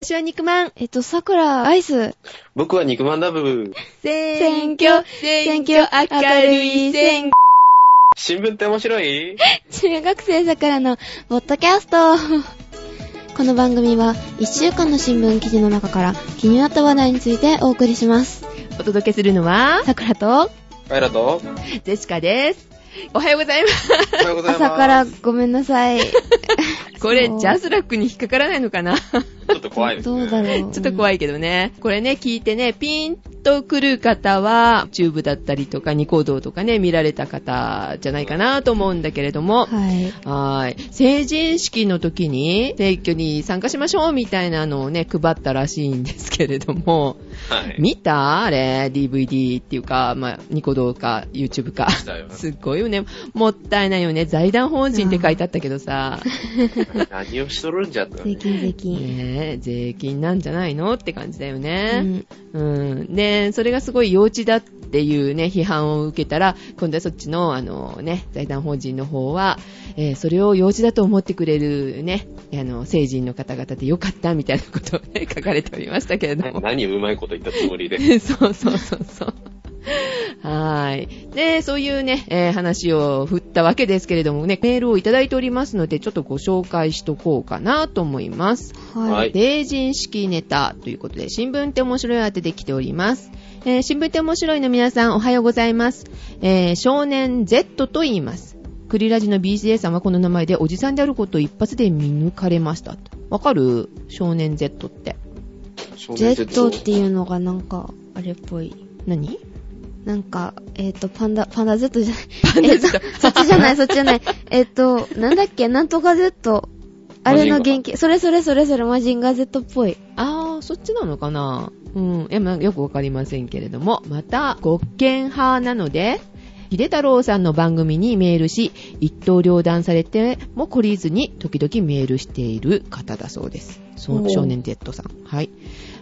私は肉まん。えっと、桜、アイス。僕は肉まんラブ。選挙、選挙、明るい選新聞って面白い中学生さからの、ポッドキャスト。 この番組は、1週間の新聞記事の中から気になった話題についてお送りします。お届けするのは、桜と、あイラと、 ジェシカです。おはようござい ます。おはようございます。朝からごめんなさ い。これ、そうジャスラックに引っかからないのかなちちょっと怖いですどね。うだろう。ょっと怖い。いけどね。これね、聞いてね、ピンとくる方は、チューブだったりとか、ニコ動とかね、見られた方じゃないかなと思うんだけれども、はい。はい。成人式の時に、選挙に参加しましょうみたいなのをね、配ったらしいんですけれども、はい。見たあれ ?DVD っていうか、まあ、ニコ動か、YouTube か。だよすっごいよね。もったいないよね。財団法人って書いてあったけどさ、何をしとるんじゃって。税金、税金。ねえ、税金なんじゃないのって感じだようね。んうん。で、それがすごい幼稚だっていうね、批判を受けたら、今度はそっちの、あのね、財団法人の方は、えーそれを幼稚だと思ってくれるね、あの、成人の方々でよかったみたいなことをね、書かれておりましたけれども。何をうまいこと言ったつもりで。 そうそうそうそう。はーい。で、そういうね、えー話を振ったわけですけれどもね、メールをいただいておりますので、ちょっとご紹介しとこうかなと思います。は。はいい成人式ネタということで、新聞って面白い当てで来ております。えー新聞って面白いの皆さん、おはようございます。えー少年 Z と言います。クリラジの BCA さんはこの名前でおじさんであることを一発で見抜かれました。わかる少年 Z って。 Z っていうのがなんか、あれっぽい。何なんか、えっ、と、パンダ、パンダ Z じゃない。パンダ Z えーとそっちじゃない、そっちじゃない。えっと、なんだっけ、なんとか Z。あれのマジ原ン型、それそれそれそれ、マジンガー Z っぽい。あー、そっちなのかなうん。いや、まあ、よくわかりませんけれども。また、ご見派なので、秀太郎さんの番組にメールし、一刀両断されても懲りずに時々メールしている方だそうです。そおうー少年 Z さん。はい。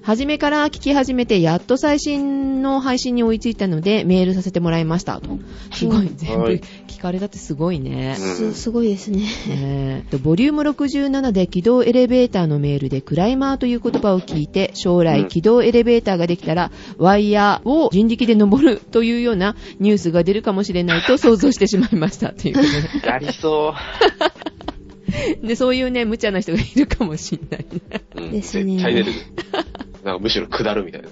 初めから聞き始めて、やっと最新の配信に追いついたので、メールさせてもらいました。と。すごい、全部はい聞かれたってすごいね。うんす、すごいですね。えーとボリューム67で軌道エレベーターのメールでクライマーという言葉を聞いて将う来ん軌道エレベーターができたらワイヤーを人力で登るというようなニュースが出るかもしれないと想像してしまいましたということやりそででそういうね無茶な人がいるかもしれないねう。うんですね絶対出てくる。なんかむしろ下るみたいな。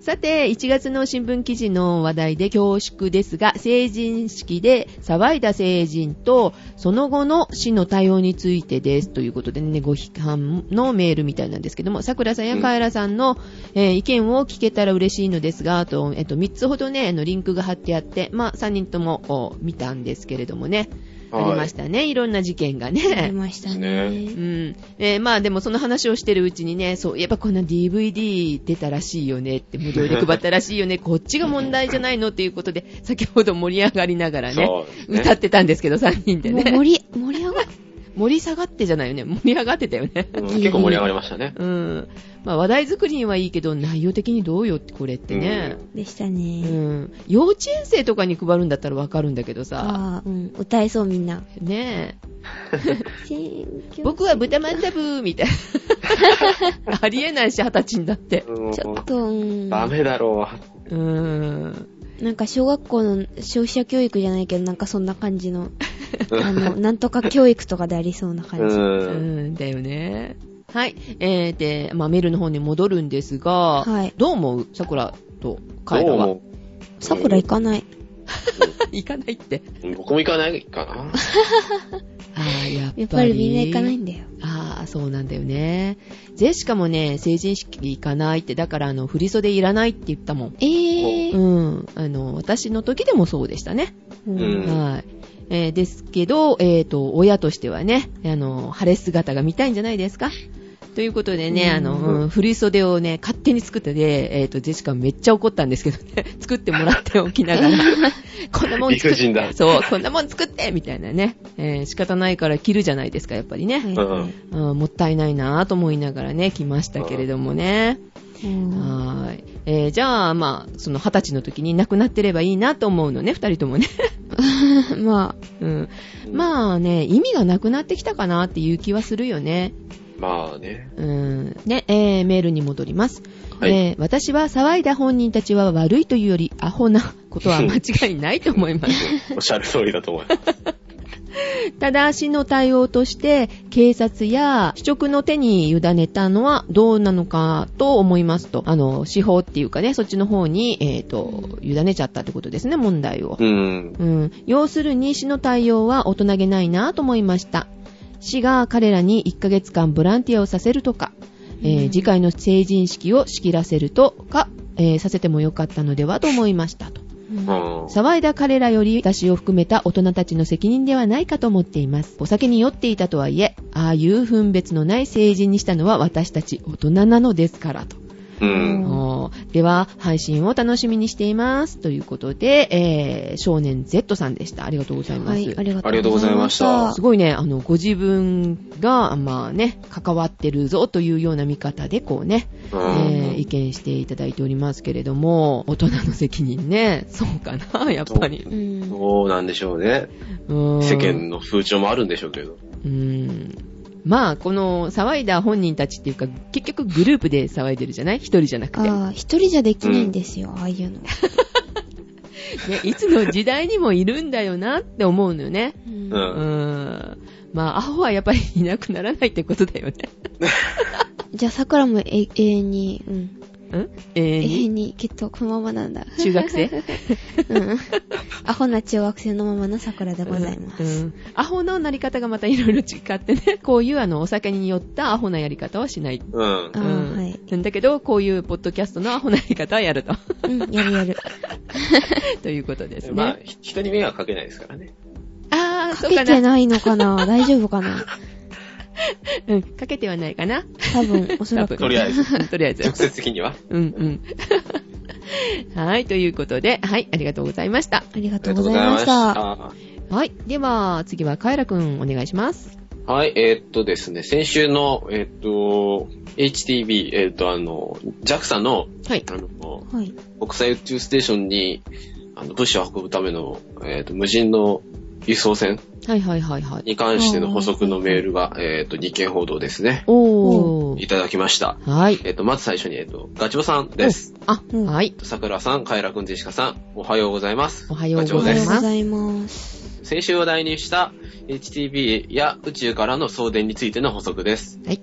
さて1月の新聞記事の話題で恐縮ですが成人式で騒いだ成人とその後の市の対応についてですということでねご批判のメールみたいなんですけどもさくらさんやカエラさんの、えー意見を聞けたら嬉しいのですが、あと、えっと、3つほどね、あのリンクが貼ってあって、まあ、3人ともこう見たんですけれどもね、はいありましたね。いろんな事件がありね。ましたうね。ん。えーまあでもその話をしてるうちにね、そういえばこんな DVD 出たらしいよねって、無料で配ったらしいよね、こっちが問題じゃないのっていうことで、先ほど盛り上がりながらね、そうですね歌ってたんですけど、3人でもうね。盛り、盛り上がっ盛り下がってじゃないよね、盛り上がってたよね。うん結構盛り上がりましたね。うん。まあ話題作りにはいいけど、内容的にどうよってこれってね。でしたうね。ん。幼稚園生とかに配るんだったらわかるんだけどさ。ああ、うん、歌えそうみんな。ねえ。選挙僕は豚まんだぶーみたいな。 ありえないし、二十歳になって。うんちょっと、うん、ダメだろうん。なんか小学校の消費者教育じゃないけど、なんかそんな感じの、う。あの、なんとか教育とかでありそうなう。感じ。うんん、だよね。はい。えー、で、まあ、メールの方に戻るんですが、はいどう思うさくらとどカエラうは。も。桜行かない。 行かないって。僕も行かないかな。ああ、やっぱり。やっぱりみんな行かないんだよ。ああ、そうなんだよね。ジェシカもね、成人式行かないって、だからあの、振袖いらないって言ったもん。えー。うん。あの、私の時でもそうでしたね。ううんはい。えーですけど、えっ、と、親としてはね、あの、晴れ姿が見たいんじゃないですかということでね、うんあの、うん振り袖をね、勝手に作ってね、えっ、と、ジェシカめっちゃ怒ったんですけどね、 作ってもらっておきな がら、こんなもん理作不っ尽だて、。そう、こんなもん作ってみたいなね、えー仕方ないから着るじゃないですか、やっぱりね。はいうん。うんもったいないなぁと思いながらね、来ましたけれどもね。うんはーい。えーじゃあ、まあ、その二十歳の時に亡くなってればいいなと思うのね、二人ともね。 まあ、うん。まあね、意味がなくなってきたかなっていう気はするよね。まあね。うんね、えーメールに戻ります。はいえー私は騒いだ本人たちは悪いというよりアホなことは間違いないと思います。 おっしゃる通りだと思います。ただ、市の対応として、警察や市直の手に委ねたのはどうなのかと思いますと、あの、司法っていうかね、そっちの方に、えっ、と、委ねちゃったってことですね、問題を。うん。うん。要するに市の対応は大人げないなと思いました。市が彼らに1ヶ月間ボランティアをさせるとか、えーうん次回の成人式を仕切らせるとか、えーさせてもよかったのではと思いましたと。うん。騒いだ彼らより私を含めた大人たちの責任ではないかと思っています。お酒に酔っていたとはいえ、ああいう分別のない成人にしたのは私たち大人なのですからと。うん。おーでは、配信を楽しみにしています。ということで、えー少年 Z さんでした。ありがとうございまはす。い、ありがとうございました。ありがとうございましたすごいね、あの、ご自分が、まあね、関わってるぞというような見方で、こうね、うんえー意見していただいておりますけれども、大人の責任ね、そうかな、やっぱり。うん。どうなんでしょうね。世世間の風潮もあるんでしょうけど。うーんまあ、この騒いだ本人たちっていうか、結局グループで騒いでるじゃない一人じゃなくて、ね。ああ、一人じゃできないんですよ、ああいうの。いつの時代にもいるんだよなって思うのよね。ううん。うんーん。まあ、アホはやっぱりいなくならないってことだよね。じゃあ、桜もえ永遠に、うん。 うんえ永ー遠に、きっとこのままなんだ。 中学生うん。アホな中学生のままの桜でございます。うんアホのなり方がまたいろいろ違ってね、 こういうあの、お酒に酔ったアホなやり方はしない。うんあ。うーんはい。なんだけど、こういうポッドキャストのアホなやり方はやると。 うん、やるやる。ということですね。まあ、ひ人に迷惑かけないですからね。あー、かそうけかてな。ないのかな大丈夫かなうん、かけてはないかな。多分、おそらく。とりあえず。うんとりあえず 直。接的には。うんうん。 はい、ということで、はい、ありがとうございました。ありがあとうございました。りがとうございましはい、では、次はカエラくん、お願いします。た。はい、えーっとですね、先週の、えーっと、HTB、えーっと、あの、JAXA の、はい。あの、はい。国際宇宙ステーションに、あの、物資を運ぶための、えーっと、無人の輸送船はいはいはいはい。に関しての補足のメールが、えーっと、日経報道ですね、おーい。ただきました。はい。えーっと、まず最初に、えーっと、ガチボさんです。あ、うんはい。桜さん、カエラくん、ジェシカさん、おはようございます。おはようごおはざよいうごます。ざいます。先週話題にした HTB や宇宙からの送電についての補足です。はい。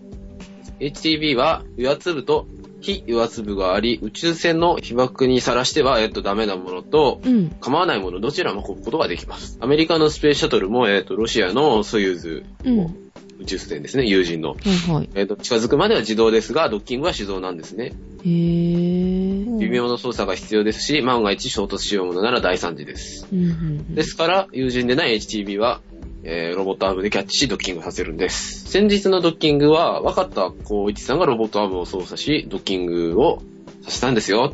HTB は、油圧部と非油圧部があり、宇宙船の被爆にさらしては、えっと、ダメなものと、うん。構わないもの、どちらも運ぶことができます。アメリカのスペースシャトルも、えっと、ロシアのソユーズ、うん。宇宙船ですね、友人の。はいはい。えっと、近づくまでは自動ですが、ドッキングは手動なんですね。へー。微妙な操作が必要ですし、万が一衝突しようものなら大惨事です。うんうんですから、友人でない HTB は、えーロボットアームでキャッチし、ドッキングさせるんです。先日のドッキングは、若田光一さんがロボットアームを操作し、ドッキングをさせたんですよ。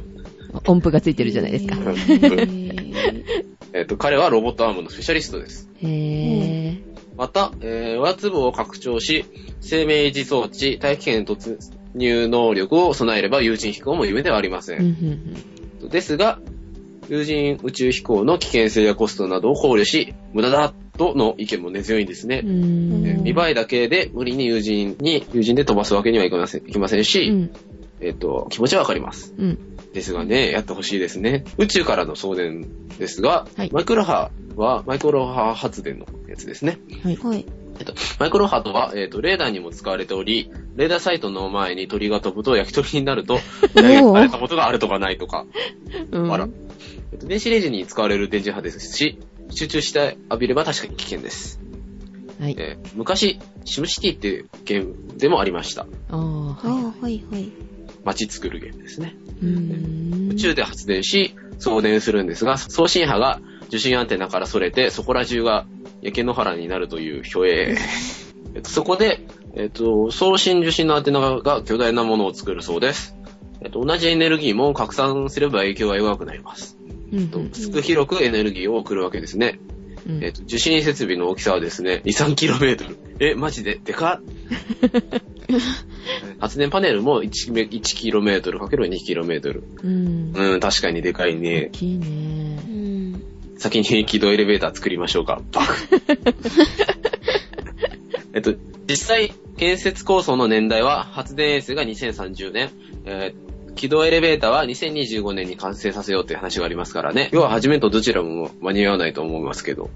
うん。音符がついてるじゃないですかへ。ーえっ、と、彼はロボットアームのスペシャリストです。へー。また、えー、和粒を拡張し、生命維持装置、大気圏へ突入能力を備えれば、有人飛行も夢ではありませうんうんん。ですが、有人宇宙飛行の危険性やコストなどを考慮し、無駄だとの意見も根強いんですね。うん。うん。えー見栄えだけで無理に友人に、友人で飛ばすわけにはいきませんいきませんし、うん。えっ、と、気持ちはわかります。うん。ですがね、やってほしいですね。宇宙からの送電ですが、はいマイクロ波は、マイクロ波発電のやつですね。はい。はい。マイクロ波とは、えっ、と、レーダーにも使われており、レーダーサイトの前に鳥が飛ぶと焼き鳥にな ると、投げられたことがあるとかないとか、うんあら。えっと電子レンジに使われる電磁波ですし、集中して浴びれば確かに危険です。はい。えー昔、シムシティっていうゲームでもありました。あー、あはい。あ、はい、はい。街作るゲームですね。うーん宇宙で発電し、送電するんですが、送信波が受信アンテナからそれて、そこら中が焼け野原になるという虚 栄。えっとそこで、えっと、送信受信のアンテナが巨大なものを作るそうです。えっと、同じエネルギーも拡散すれば影響が弱くなります。うんえっと薄く広くエネルギーを送るわけですね。うんえっと、受信設備の大きさはですね、2、3km。え、マジででか っ発電パネルも 1km×2km。うん。うん、確かにでかい大ね。きいねう。ん。先に軌道エレ ベーター作りましょうか。バクえっと、実際、建設構想の年代は、発電衛星が2030年、えー軌道エレベーターは2025年に完成させようという話がありますからね。要は始めとどちらも間に合わないと思います けど。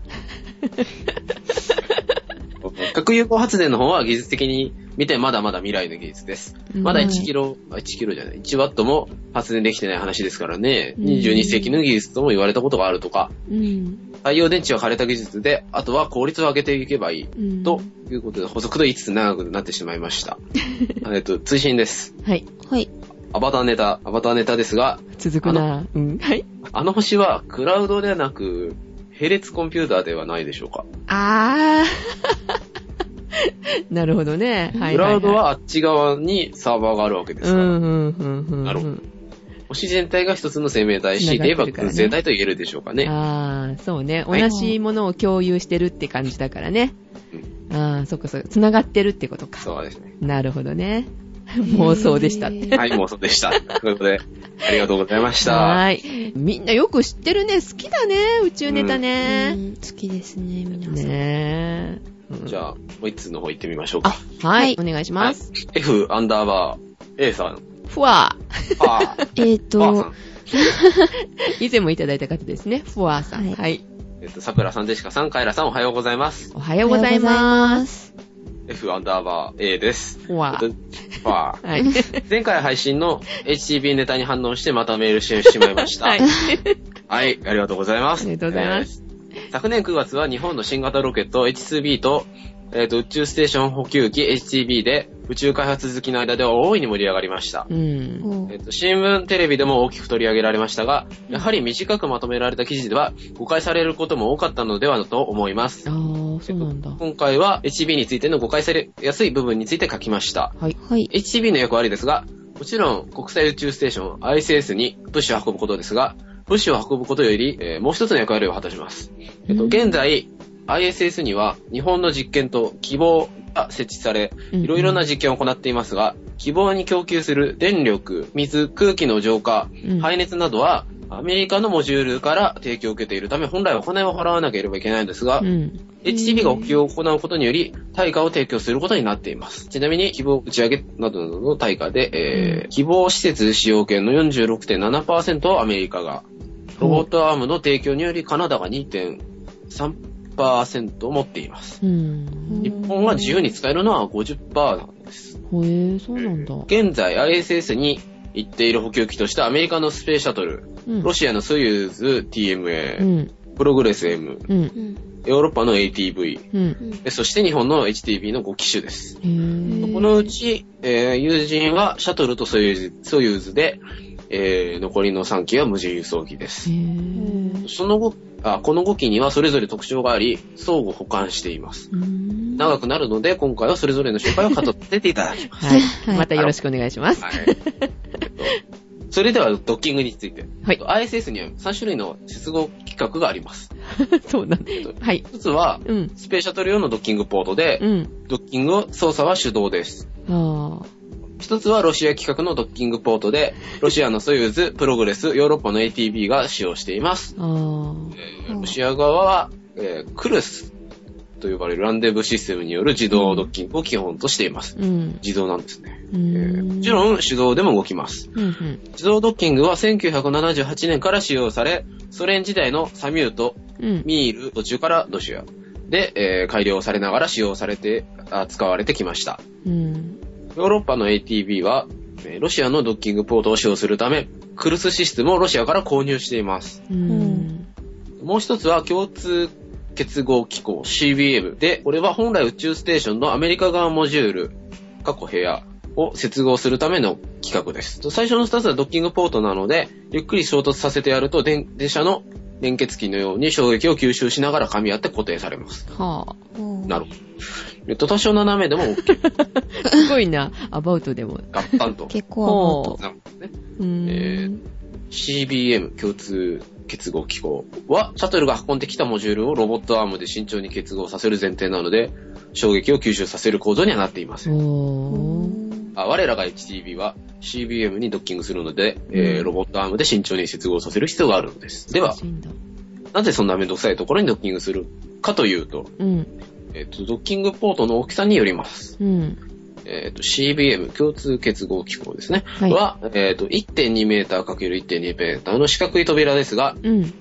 核融合発電の方は技術的に見てまだまだ未来の技術です。まだ1キロ、あ1キロじゃない、1ワットも発電できてない話ですからね、うん22世紀の技術とも言われたことがあるとか、うん。太陽電池は枯れた技術で、あとは効率を上げていけばいい。うんということで、補足と言いつつ長くなってしまいま した。えっと、追伸です。はい。はい。アバターネタ、アバターネタですが、続くなうん。はい。あの星はクラウドではなく、並列コンピューターではないでしょうか。あ ー。なるほどね。はいはい、はい。クラウドはあっち側にサーバーがあるわけでうすから、ん、うん、うん、うん。なるほ星全体が一つの生命体、強いて言えば繋がってるからね群生体と言えるでしょうかね。ああ、そうね。はい同じものを共有してるって感じだからね。ああ、そっかそっか。繋がってるってことか。そうですね。なるほどね。 妄想でしたっへて。ーはい、もうそうでした。ということで、ありがとうございました。 はーい。みんなよく知ってるね。好きだね。宇宙ネタね。うん好きですね、皆さん。ねえ。うんじゃあ、もう一通の方行ってみましょうか。あ、はい。はお願いします。はい F アンダーバー A さ ん。ふわあー、えっ、バーさとん、。ー。以前もいただいた方ですね。ふわーさん。はい。はい。えっと、桜さん、ジェシカさん、カエラさん、おはようございます。おはようございます F アンダーバー A です。す。ふわえーっ。とまあはい。 前回配信の HTB ネタに反応してまたメールしてしまいました。はい。 はい、ありがとうございます。ありがとうございますえー。昨年9月は日本の新型ロケット H2B と、えっと、宇宙ステーション補給機 HTB で宇宙開発好きの間では大いに盛り上がりました。うん。おうえっと、新聞、テレビでも大きく取り上げられましたが、やはり短くまとめられた記事では誤解されることも多かったのではと思います。あー、そうなんだ。今回は HB についての誤解されやすい部分について書きました。はい。はい。 HB の役割ですが、もちろん国際宇宙ステーション ISS に物資を運ぶことですが、物資を運ぶことより、えーもう一つの役割を果たします。えっと、うん現在、ISS には日本の実験と希望が設置され、うんいろいろな実験を行っていますが、希望に供給する電力、水、空気の浄化、うん排熱などは、アメリカのモジュールから提供を受けているため、本来はお金を払わなければいけないんですが、うん。 HTB が補給を行うことにより、対価を提供することになっています。ちなみに、希望打ち上げなどの対価で、えーうん希望施設使用権の46.7%をアメリカが、ロボットアームの提供によりカナダが2.3%を持っています。うん。日本は自由に使えるのは50%なんです。へえ、そうなんだ。現在 ISS に行っている補給機としてアメリカのスペースシャトル、うんロシアのソユーズう TMA、ん。プログレス M、うん。うん。ヨーロッパの ATV、うん。うんえそして日本の HTB の5機種です。へうんえ。このうち、えー友人はシャトルとソユーズソユーズで、えー残りの3機は無人輸送機です。へその後、あこの5機にはそれぞれ特徴があり、相互補完しています。ー長くなるので、今回はそれぞれの紹介を語っていただ きまはいは。いまたよろしくお願いしますす。。はい。えっとそれでは、ドッキングについて。はい。 ISS には3種類の接合規格があります。そうなんだ。はい。一つは、うん。スペースシャトル用のドッキングポートで、うん。ドッキングを操作は手動です。あ一つはロシア規格のドッキングポートで、ロシアのソユーズ、プログレス、ヨーロッパの ATB が使用しています。あ。あえーロシア側は、えークルスと呼ばれるランデブーシステムによる自動ドッキングを基本としていますあ。。うん。自動なんですね。うえーん。もちろん手動でも動きます。うん。うん。自動ドッキングは1978年から使用され、ソ連時代のサミュート、うん。ミール途中からロシアで、えー改良されながら使用されて、あ使われてきました。うん。ヨーロッパの ATB は、えーロシアのドッキングポートを使用するため、クルスシステムをロシアから購入しています。うん。もう一つは共通結合機構 CBM で、これは本来宇宙ステーションのアメリカ側モジュール、過去部屋を接合するための規格です。と最初の二つはドッキングポートなので、ゆっくり衝突させてやると電電車の連結機のように衝撃を吸収しながら噛み合って固定されます。はおうなるほど。えっと、多少斜めでも OK。あ。すごいな。アバウトでも。ガッタン と。結構ほなるほどね。う。うん。え CBM 共通結合機構は、シャトルが運んできたモジュールをロボットアームで慎重に結合させる前提なので、衝撃を吸収させる構造にはなっていません。アおー。ボあ我らが HTB は CBM にドッキングするので、えーロボットアームで慎重に接合させる必要があるのです。では欲し、いんだなぜそんなめんどくさいところにドッキングするかというと、うん。えっ、と、ドッキングポートの大きさによります。うん。えっ、と、CBM、共通結合機構ですね。はいは、えっ、と、1.2メーター ×1.2 メーターの四角い扉ですが、うん。うん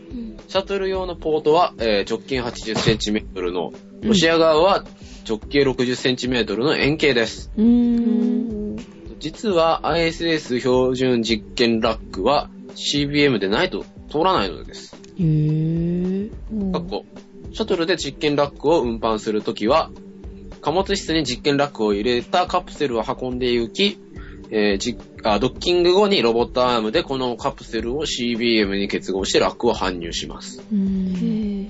シャトル用のポートは、えー直径80センチメートルの、ロシア側は直径60センチメートルの円形です。うーん。実は ISS 標準実験ラックは CBM でないと通らないのです。へぇかっこシャトルで実験ラックを運搬するときは、貨物室に実験ラックを入れたカプセルを運んで行き、えーじあドッキング後にロボットアームでこのカプセルを CBM に結合してラックを搬入します。うーん。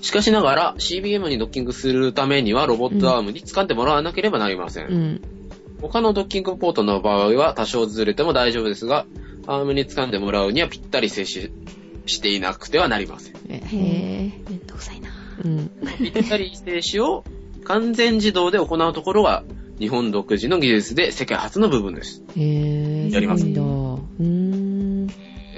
しかしながら CBM にドッキングするためにはロボットアームに掴んでもらわなければなりません。うん。他のドッキングポートの場合は多少ずれても大丈夫ですが、アームに掴んでもらうにはぴったり接ししていなくてはなりません。へめんどくさいな。ぇうん。ぴったり静止を完全自動で行うところが日本独自の技術で世界初の部分です。へぇやりますすごいんだ。うーん。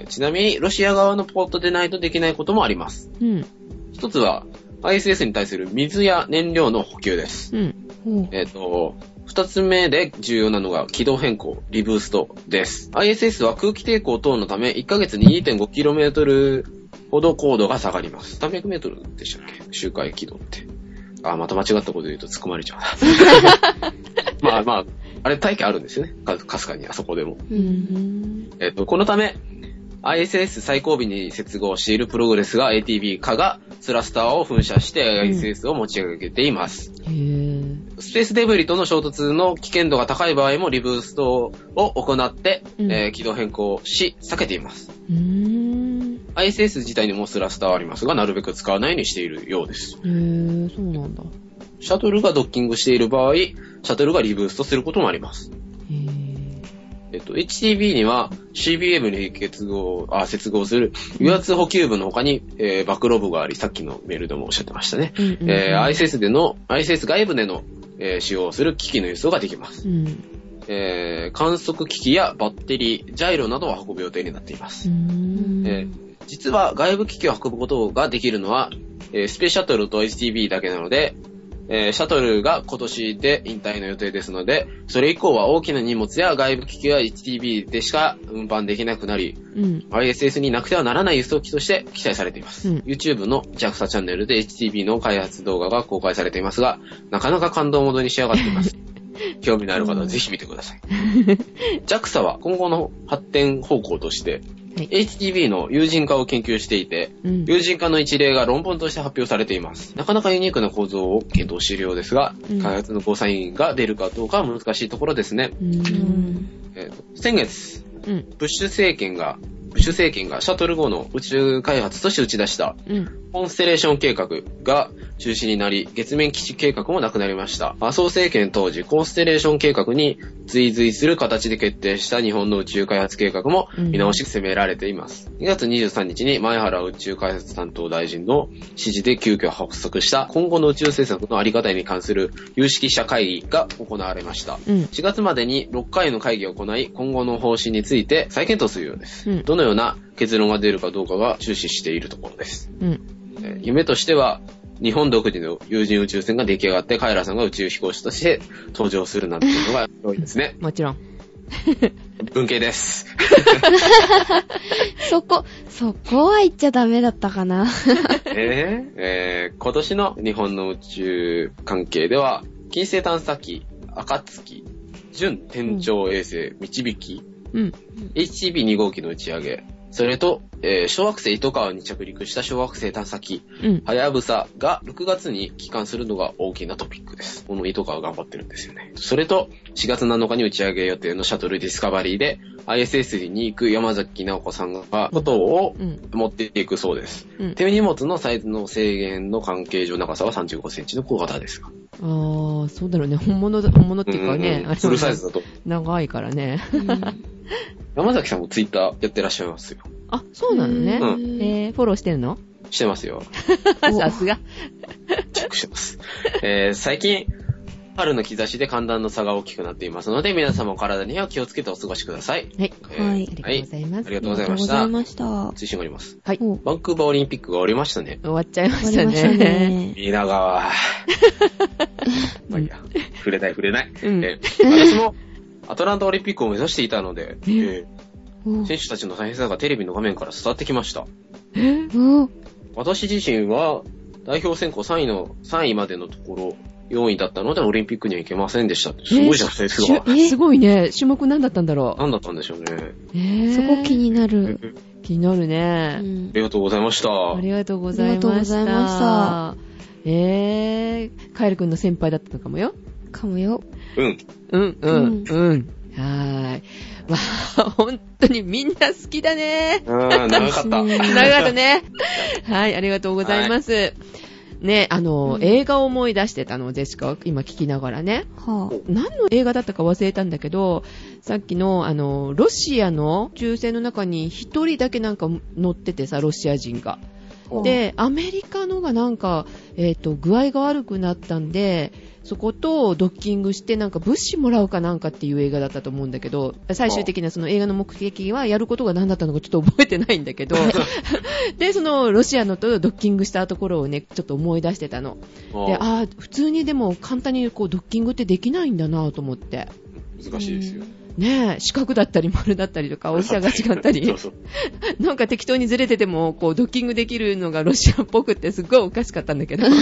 えちなみにロシア側のポートでないとできないこともあります。うん。一つは ISS に対する水や燃料の補給です。うん。うんえっ、と、二つ目で重要なのが軌道変更、リブーストです。ISS は空気抵抗等のため1ヶ月に 2.5km ほど高度が下がります。300m でしたっけ周回軌道って。あ、また間違ったこと言うと突っ込まれちゃうな。 まあまあ、あれ大気あるんですよね。かかすかにあそこでも。う。うんん。えっ、と、このため、ISS 最後尾に接合しているプログレスが ATB 化がスラスターを噴射して ISS を持ち上げています。へぇスペースデブリとの衝突の危険度が高い場合もリブーストを行って、うんえー軌道変更し、避けています。うーん。 ISS 自体にもスラスターはありますが、なるべく使わないようにしているようです。へぇそうなんだ。シャトルがドッキングしている場合、シャトルがリブーストすることもあります。へぇえっと、HTB には CBM に結合、あ、接合する油圧補給部の他に、えーバックロブがあり、さっきのメールでもおっしゃってましたね。うんうんえー ISS での、ISS 外部での、えー使用する機器の輸送ができます。うん。うえー観測機器やバッテリー、ジャイロなどを運ぶ予定になっています。ーん。えー実は外部機器を運ぶことができるのは、えースペースシャトルと HTB だけなので、えーシャトルが今年で引退の予定ですので、それ以降は大きな荷物や外部機器や HTB でしか運搬できなくなり、うん。 ISS になくてはならない輸送機として記載されています。うん YouTube の JAXA チャンネルで HTB の開発動画が公開されていますが、なかなか感動モードに仕上がってい ます。興味のある方はぜひ見てください。JAXA は今後の発展方向として、はい HTB の友人化を研究していて、うん。友人化の一例が論文として発表されています。なかなかユニークな構造を検討しているようですが、うん開発のゴーサインが出るかどうかは難しいところですね。うーん。えーと先月、うん。ブッシュ政権が、ブッシュ政権がシャトル号の宇宙開発として打ち出したうん。コンステレーション計画が中止になり、月面基地計画もなくなりました。麻生政権当時、コンステレーション計画に追随する形で決定した日本の宇宙開発計画も見直し責められています。2月23日に前原宇宙開発担当大臣の指示で急遽発足した今後の宇宙政策のあり方に関する有識者会議が行われました。うん。 4月までに6回の会議を行い、今後の方針について再検討するようです。うんどのような結論が出るかどうかが注視しているところです。うん。。えー夢としては、日本独自の有人宇宙船が出来上がって、カイラさんが宇宙飛行士として登場するなんていうのが良いですねもちろん。文系です。そこ、そこは言っちゃダメだったかな。えーえー今年の日本の宇宙関係では、金星探査機、暁、準天頂衛星、導き、うん。 HTB2 号機の打ち上げ、それと、えー小惑星糸川に着陸した小惑星探査機、うん。はやぶさが6月に帰還するのが大きなトピックです。この糸川頑張ってるんですよね。それと、4月7日に打ち上げ予定のシャトルディスカバリーで、ISS に行く山崎直子さんが、ことをうん。持っていくそうです。うん。手荷物のサイズの制限の関係上長さは35センチの小型ですが。あー、そうだろうね。本物だ、本物っていうかうんねう。んあれはフルサイズだと。長いからね。山崎さんもツイッターやってらっしゃいますよ。あ、そうなのね。うんえー、フォローしてるのしてますよ。さすが。チェックしてます。えー最近、春の兆しで寒暖の差が大きくなっていますので、皆様お体には気をつけてお過ごしください。はい。えーはいありがとうございます。ありがとうございありがとうまごしたざいました。追伸があります。はい。お終バンクーバーオリンピックが終わりましたね。わっちゃいまし終わたりましたね。ね。皆川。まあいいや。触れない触れない。うんえー私もアトランタオリンピックを目指していたので、えーお選手たちの大変さがテレビの画面から伝わってきました。お私自身は代表選考3位の、3位までのところ、4位だったのでオリンピックには行けませんでしたって。すごいじゃん、選手が。えすごいね。種目何だったんだろ何だったんでしょうね。う。えーそこ気になる。気になるうね。あん。りがとうございました。ありがとうございました。ありがとうございまえー、カエル君の先輩だったのかもよ。かもよ。うん。うん、うん、うん。はーい。わあ、本当にみんな好きだね。あー長かった。 ですね長かったね。はい、ありがとうございます。ね、あの、うん映画を思い出してたの、ジェシカは今聞きながらね。はぁ。何の映画だったか忘れたんだけど、さっきの、あの、ロシアの中世の中に一人だけなんか乗っててさ、ロシア人が。うんで、アメリカのがなんか、えっ、と、具合が悪くなったんで、そことドッキングしてなんか物資もらうかなんかっていう映画だったと思うんだけど、最終的なその映画の目的はやることが何だったのかちょっと覚えてないんだけど、 で、そのロシアのとドッキングしたところをね、ちょっと思い出してたの。で、あああ、普通にでも簡単にこうドッキングってできないんだなと思って。ー難しいですよ。ねえ、四角だったり丸だったりとか、大きさが違った そりう、そう。 なんか適当にずれてても、こう、ドッキングできるのがロシアっぽくってすっごいおかしかったんだ けど。うん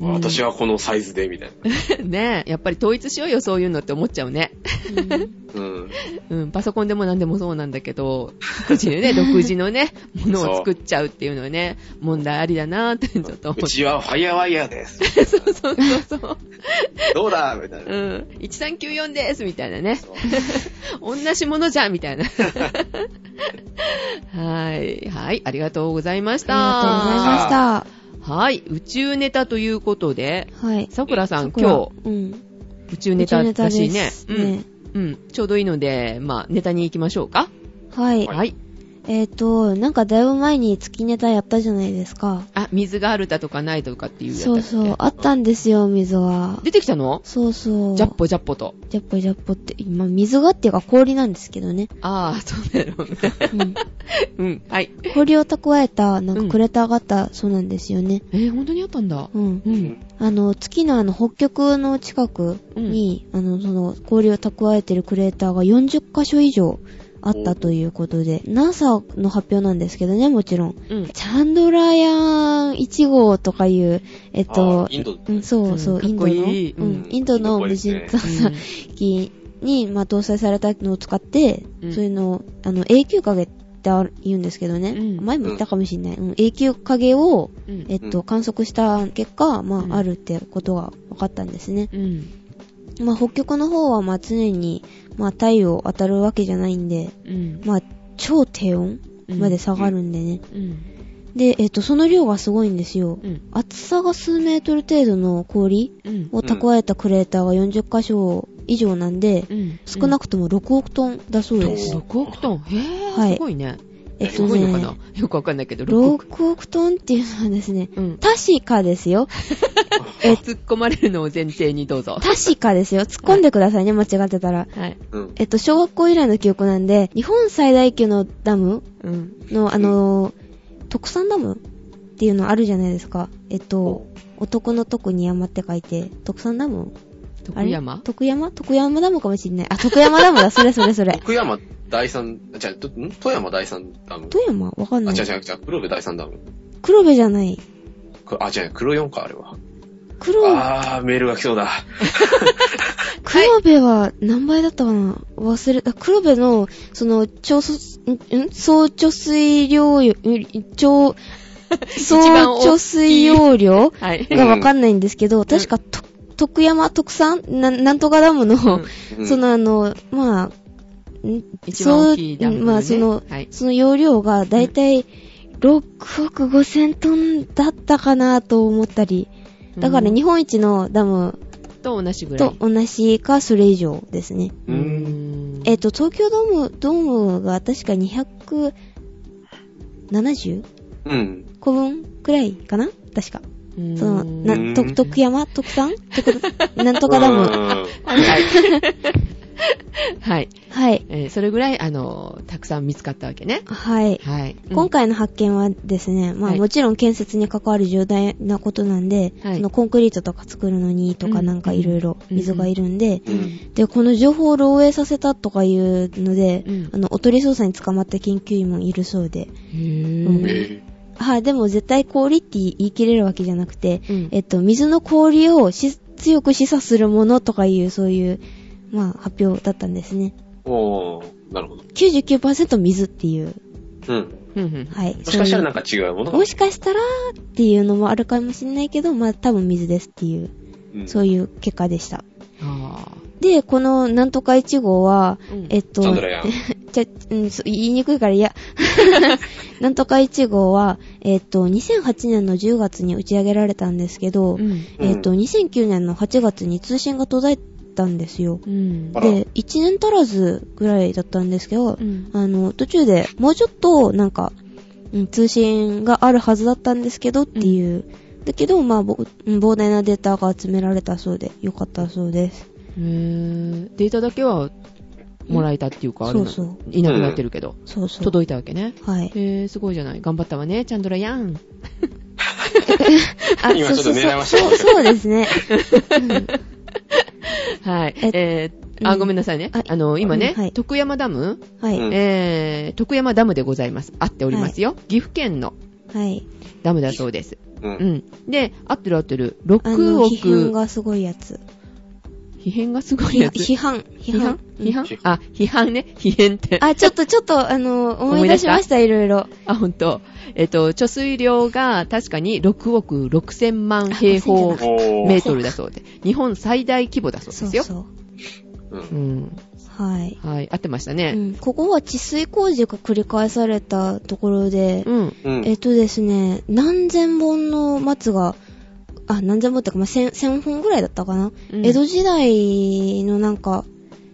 私はこのサイズで、みたい ねえ、やっぱり統一しようよ、そういうのって思っちゃうね。うんな。うん。うん、パソコンでも何でもそうなんだけど、独自の ね、独自のね、ものを作っちゃうっていうのはね、問題ありだなーってちょっと思うっちはファイヤーワイヤーです。て。そうそうそうそう。どうだみたいうな。ん、1394ですみたい なね。そう同じものじゃんみたいな。はい。はい。ありがとうございましあた。りがとはい。宇宙ネタということで、うございました。さくらさはい。ん今日、うん。日、宇宙ネタらしい宇宙ネタね。ですねうん。うん。ちょうどいいので、まあ、ネタに行きましょうか。はい。はい。えっと、なんかだいぶ前に月ネタやったじゃないですか。あ、水があるだとかないとかっていうやつだそっうけそう。あったんですよ、水は。出てきたのそうそう。ジャッポジャッポと。ジャッポジャッポって、今、水がっていうか氷なんですけどね。ああ、そうだろうね。 うん、うん。はい。氷を蓄えた、なうんんかクレーターがあったそうなんですよね。えー、本当にあったんだ。うん。うん。あの、月のあの、北極の近くに、あの、その、氷を蓄えてるクレーターが40箇所以上あったということで、NASA の発表なんですけどね、もちろん。うん。チャンドラヤーン1号とかいう、えっあとー、インド。うん、そうそう、うんインドかっこの、いいうんう、んインドの無イン人ドっぽい探査機に、まあ、搭載されたのを使って、うんそういうのを、あの、永久影ってある言うんですけどね、うん前も言ったかもしれない、うん、永久影を、うんえっと、うん観測した結果、まあ、うんあるってことが分かったんですね。うん。まあ、北極の方は、まあ、常に、まあ、太陽当たるわけじゃないんで、うん。まあ、超低温うんまで下がるんでね。うん。で、えっと、その量がすごいんですよ。うん。厚さが数メートル程度の氷うん。を蓄えたクレーターが40箇所以上なんで、うん。少なくとも6億トンだそうです。うん6億トンへぇ、はいすごいね。えっすとごいのかねな、よくわかんないけど、6億。 6億トンっていうのはですね、うん。確かです よ。え、突っ込まれるのを前提にどうぞ。確かですよ。突っ込んでくださいね、間違ってたら。はい。うん。えっと、小学校以来の記憶なんで、日本最大級のダムうん。の、あのー特産ダムっていうのあるじゃないですか。えっと、男の徳に山って書いて、特産ダム徳あれ山徳山徳山ダムかもしれない。あ、徳山ダム だ。それそれそれ。福山第三、じゃあ、とん富山第三ダム。富山わかんあ、な違うい。違う違う、黒部第三ダム。黒部じゃない。くあ、違う、黒四か、あれは。黒、あー、メールが来そうだ。黒部は何倍だったかな忘れた。黒部の、その、超そ、んん総貯水量よ、ん 超、総番大きい貯水容量はい。がわかんないんですけど、確か、と徳山特産ななんとかダムの、うんそ、のあの、まあ、ん一番大きいダム、そね。うまあその、はい。その容量がだいたい6億5千トンだったかなと思ったり、だからうん日本一のダムと同じぐらとい。同じかそれ以上ですね。うーん。んえっ、と、東京ドーム、ドームが確か 270? うん。個分くらいかな確か。うんその、うな、ん徳、徳山徳さん徳、なんとかダうム。んはい。はい。えーそれぐらい、あの、たくさん見つかったわけね。はい。はい。今回の発見はですね、まあはいもちろん建設に関わる重大なことなんで、はいそのコンクリートとか作るのにとうかんなんかいろいろ水がいるんで、ううんんで、この情報を漏洩させたとかいうので、うんあの、おとり捜査に捕まった研究員もいるそうで、へへえはい、でも絶対氷って言い切れるわけじゃなくて、うんえっと、水の氷をし強く示唆するものとかいう、そういう、まあ、発表だったんですね。おーなるほど。 99%水っていう、うん。ぇはい。もしかしたらなんか、か違うものがもしかしたらっていうのもあるかもしれないけど、まあ、多分水ですっていう、うんそういう結果でした。あで、このなんとか1号は、うんえっと、サンドラ ヤンじゃ、うん、そう言いにくいからいや。なんとか1号は、えっと、2008年の10月に打ち上げられたんですけど、ー。うん。うんえっと、2009年の8月に通信が途絶えたんですよ。うんあ。らで、1年足らずぐらいだったんですけど、うんあの、途中でもうちょっと、なんか、うん通信があるはずだったんですけどっていう。だけど、まあ、ぼうん膨大なデータが集められたそうで、よかったそうです。へーデータだけはもらえたっていうか、あれなそうそういなくなってるけど、そうそう。届いたわけね。はい。へー、すごいじゃない。頑張ったわね、チャンドラヤン。あ、今そうそうちょっとそう。狙いましたそねうそうですね。うん はい。ええー、あ、うんごめんなさいねあ。あの、今ねうんはい、徳山ダム、はい。うんえー、徳山ダムでございます。合っておりますよ。岐阜県のはい。ダムだそうです。う。うんん。で、合ってる合ってる。あ6の、批判億。がすごいやつ。批判がすごい批やつ。批判。批批判判。批判批あ、批判ね。批判って。あ、ちょっと、ちょっと、あの、思い出しました、いろいろ。あ、ほんと。えっと、貯水量が確かに6億6千万平方おメーートルだそうで、日本最大規模だそうそでうすよ。そう。ううんん。はい。はい、合ってましたうね。ん、ここは治水工事が繰り返されたところで、うん。うんえっとですね、何千本の松が、あ、何千本ってか、まあ、千、千本ぐらいだったかな、うん江戸時代のなんか、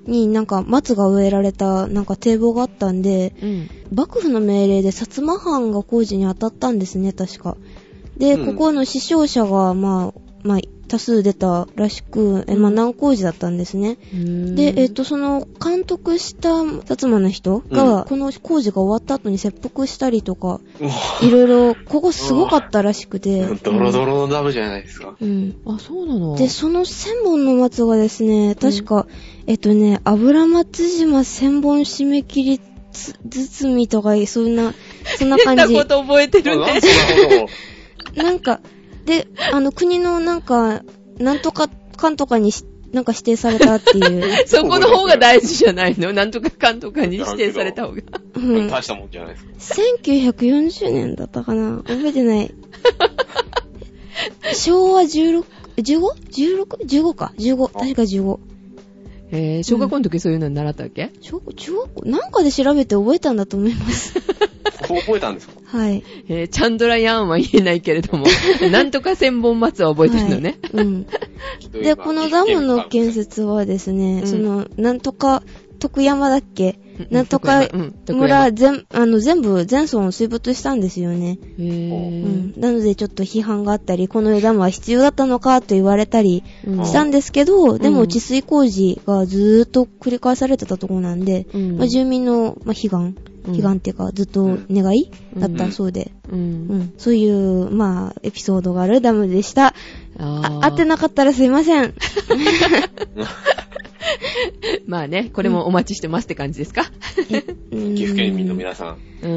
になんか松が植えられたなんか堤防があったんで、うん。幕府の命令で薩摩藩が工事に当たったんですね、確か。で、うんここの死傷者が、まあ、まあ、多数出たらしく、えまあ、うん難工事だったんですね。うんで、えっ、、と、その、監督した薩摩の人が、うんこの工事が終わった後に切腹したりとか、うわいろいろ、ここすごかったらしくて、ドロドロのダムじゃないですか。うん。あ、そうなので、その千本の松がですね、確か、えっとね、油松島千本締め切りつ包みとか、そんな、そんな変感なじこ。と覚えてるなんで。ねそんなこなんか、で、あの、国のなんか、なんとか、かんとかにし、なんか指定されたって いう。そこの方が大事じゃないのなんとかかんとかに指定された方が。うとをん。大したもんじゃないですか。 1940年だったかな覚えて ない。昭和 16?15?16?15 15か。15。確か15。えー、小学校の時そういうの習ったわけ、小学中学校なんかで調べて覚えたんだと思い ます。ここ覚えたんですかはい。えー、チャンドラヤーンは言えないけれども、 なんとか千本松は覚えてるのね。はい。うん。で、このダムの建。設はですね、うんその、なんとか、徳山だっけうんなんとかうん、徳山村全、あの、全部、全村を水没したんですよね。へーうん。なので、ちょっと批判があったり、このダムは必要だったのかと言われたりうんしたんですけど、でうもん治水工事がずーっと繰り返されてたところなんで、うんまあ、住民の、まあ、悲願、うん悲願っていうか、ずっと願いだったそうで、う。うんん。そういう、まあ、エピソードがあるダムでした。ああ、ー合ってなかったらすいませ ん。まあね、これもお待ちしてますって感じですか。うん岐阜県民の皆さん。うー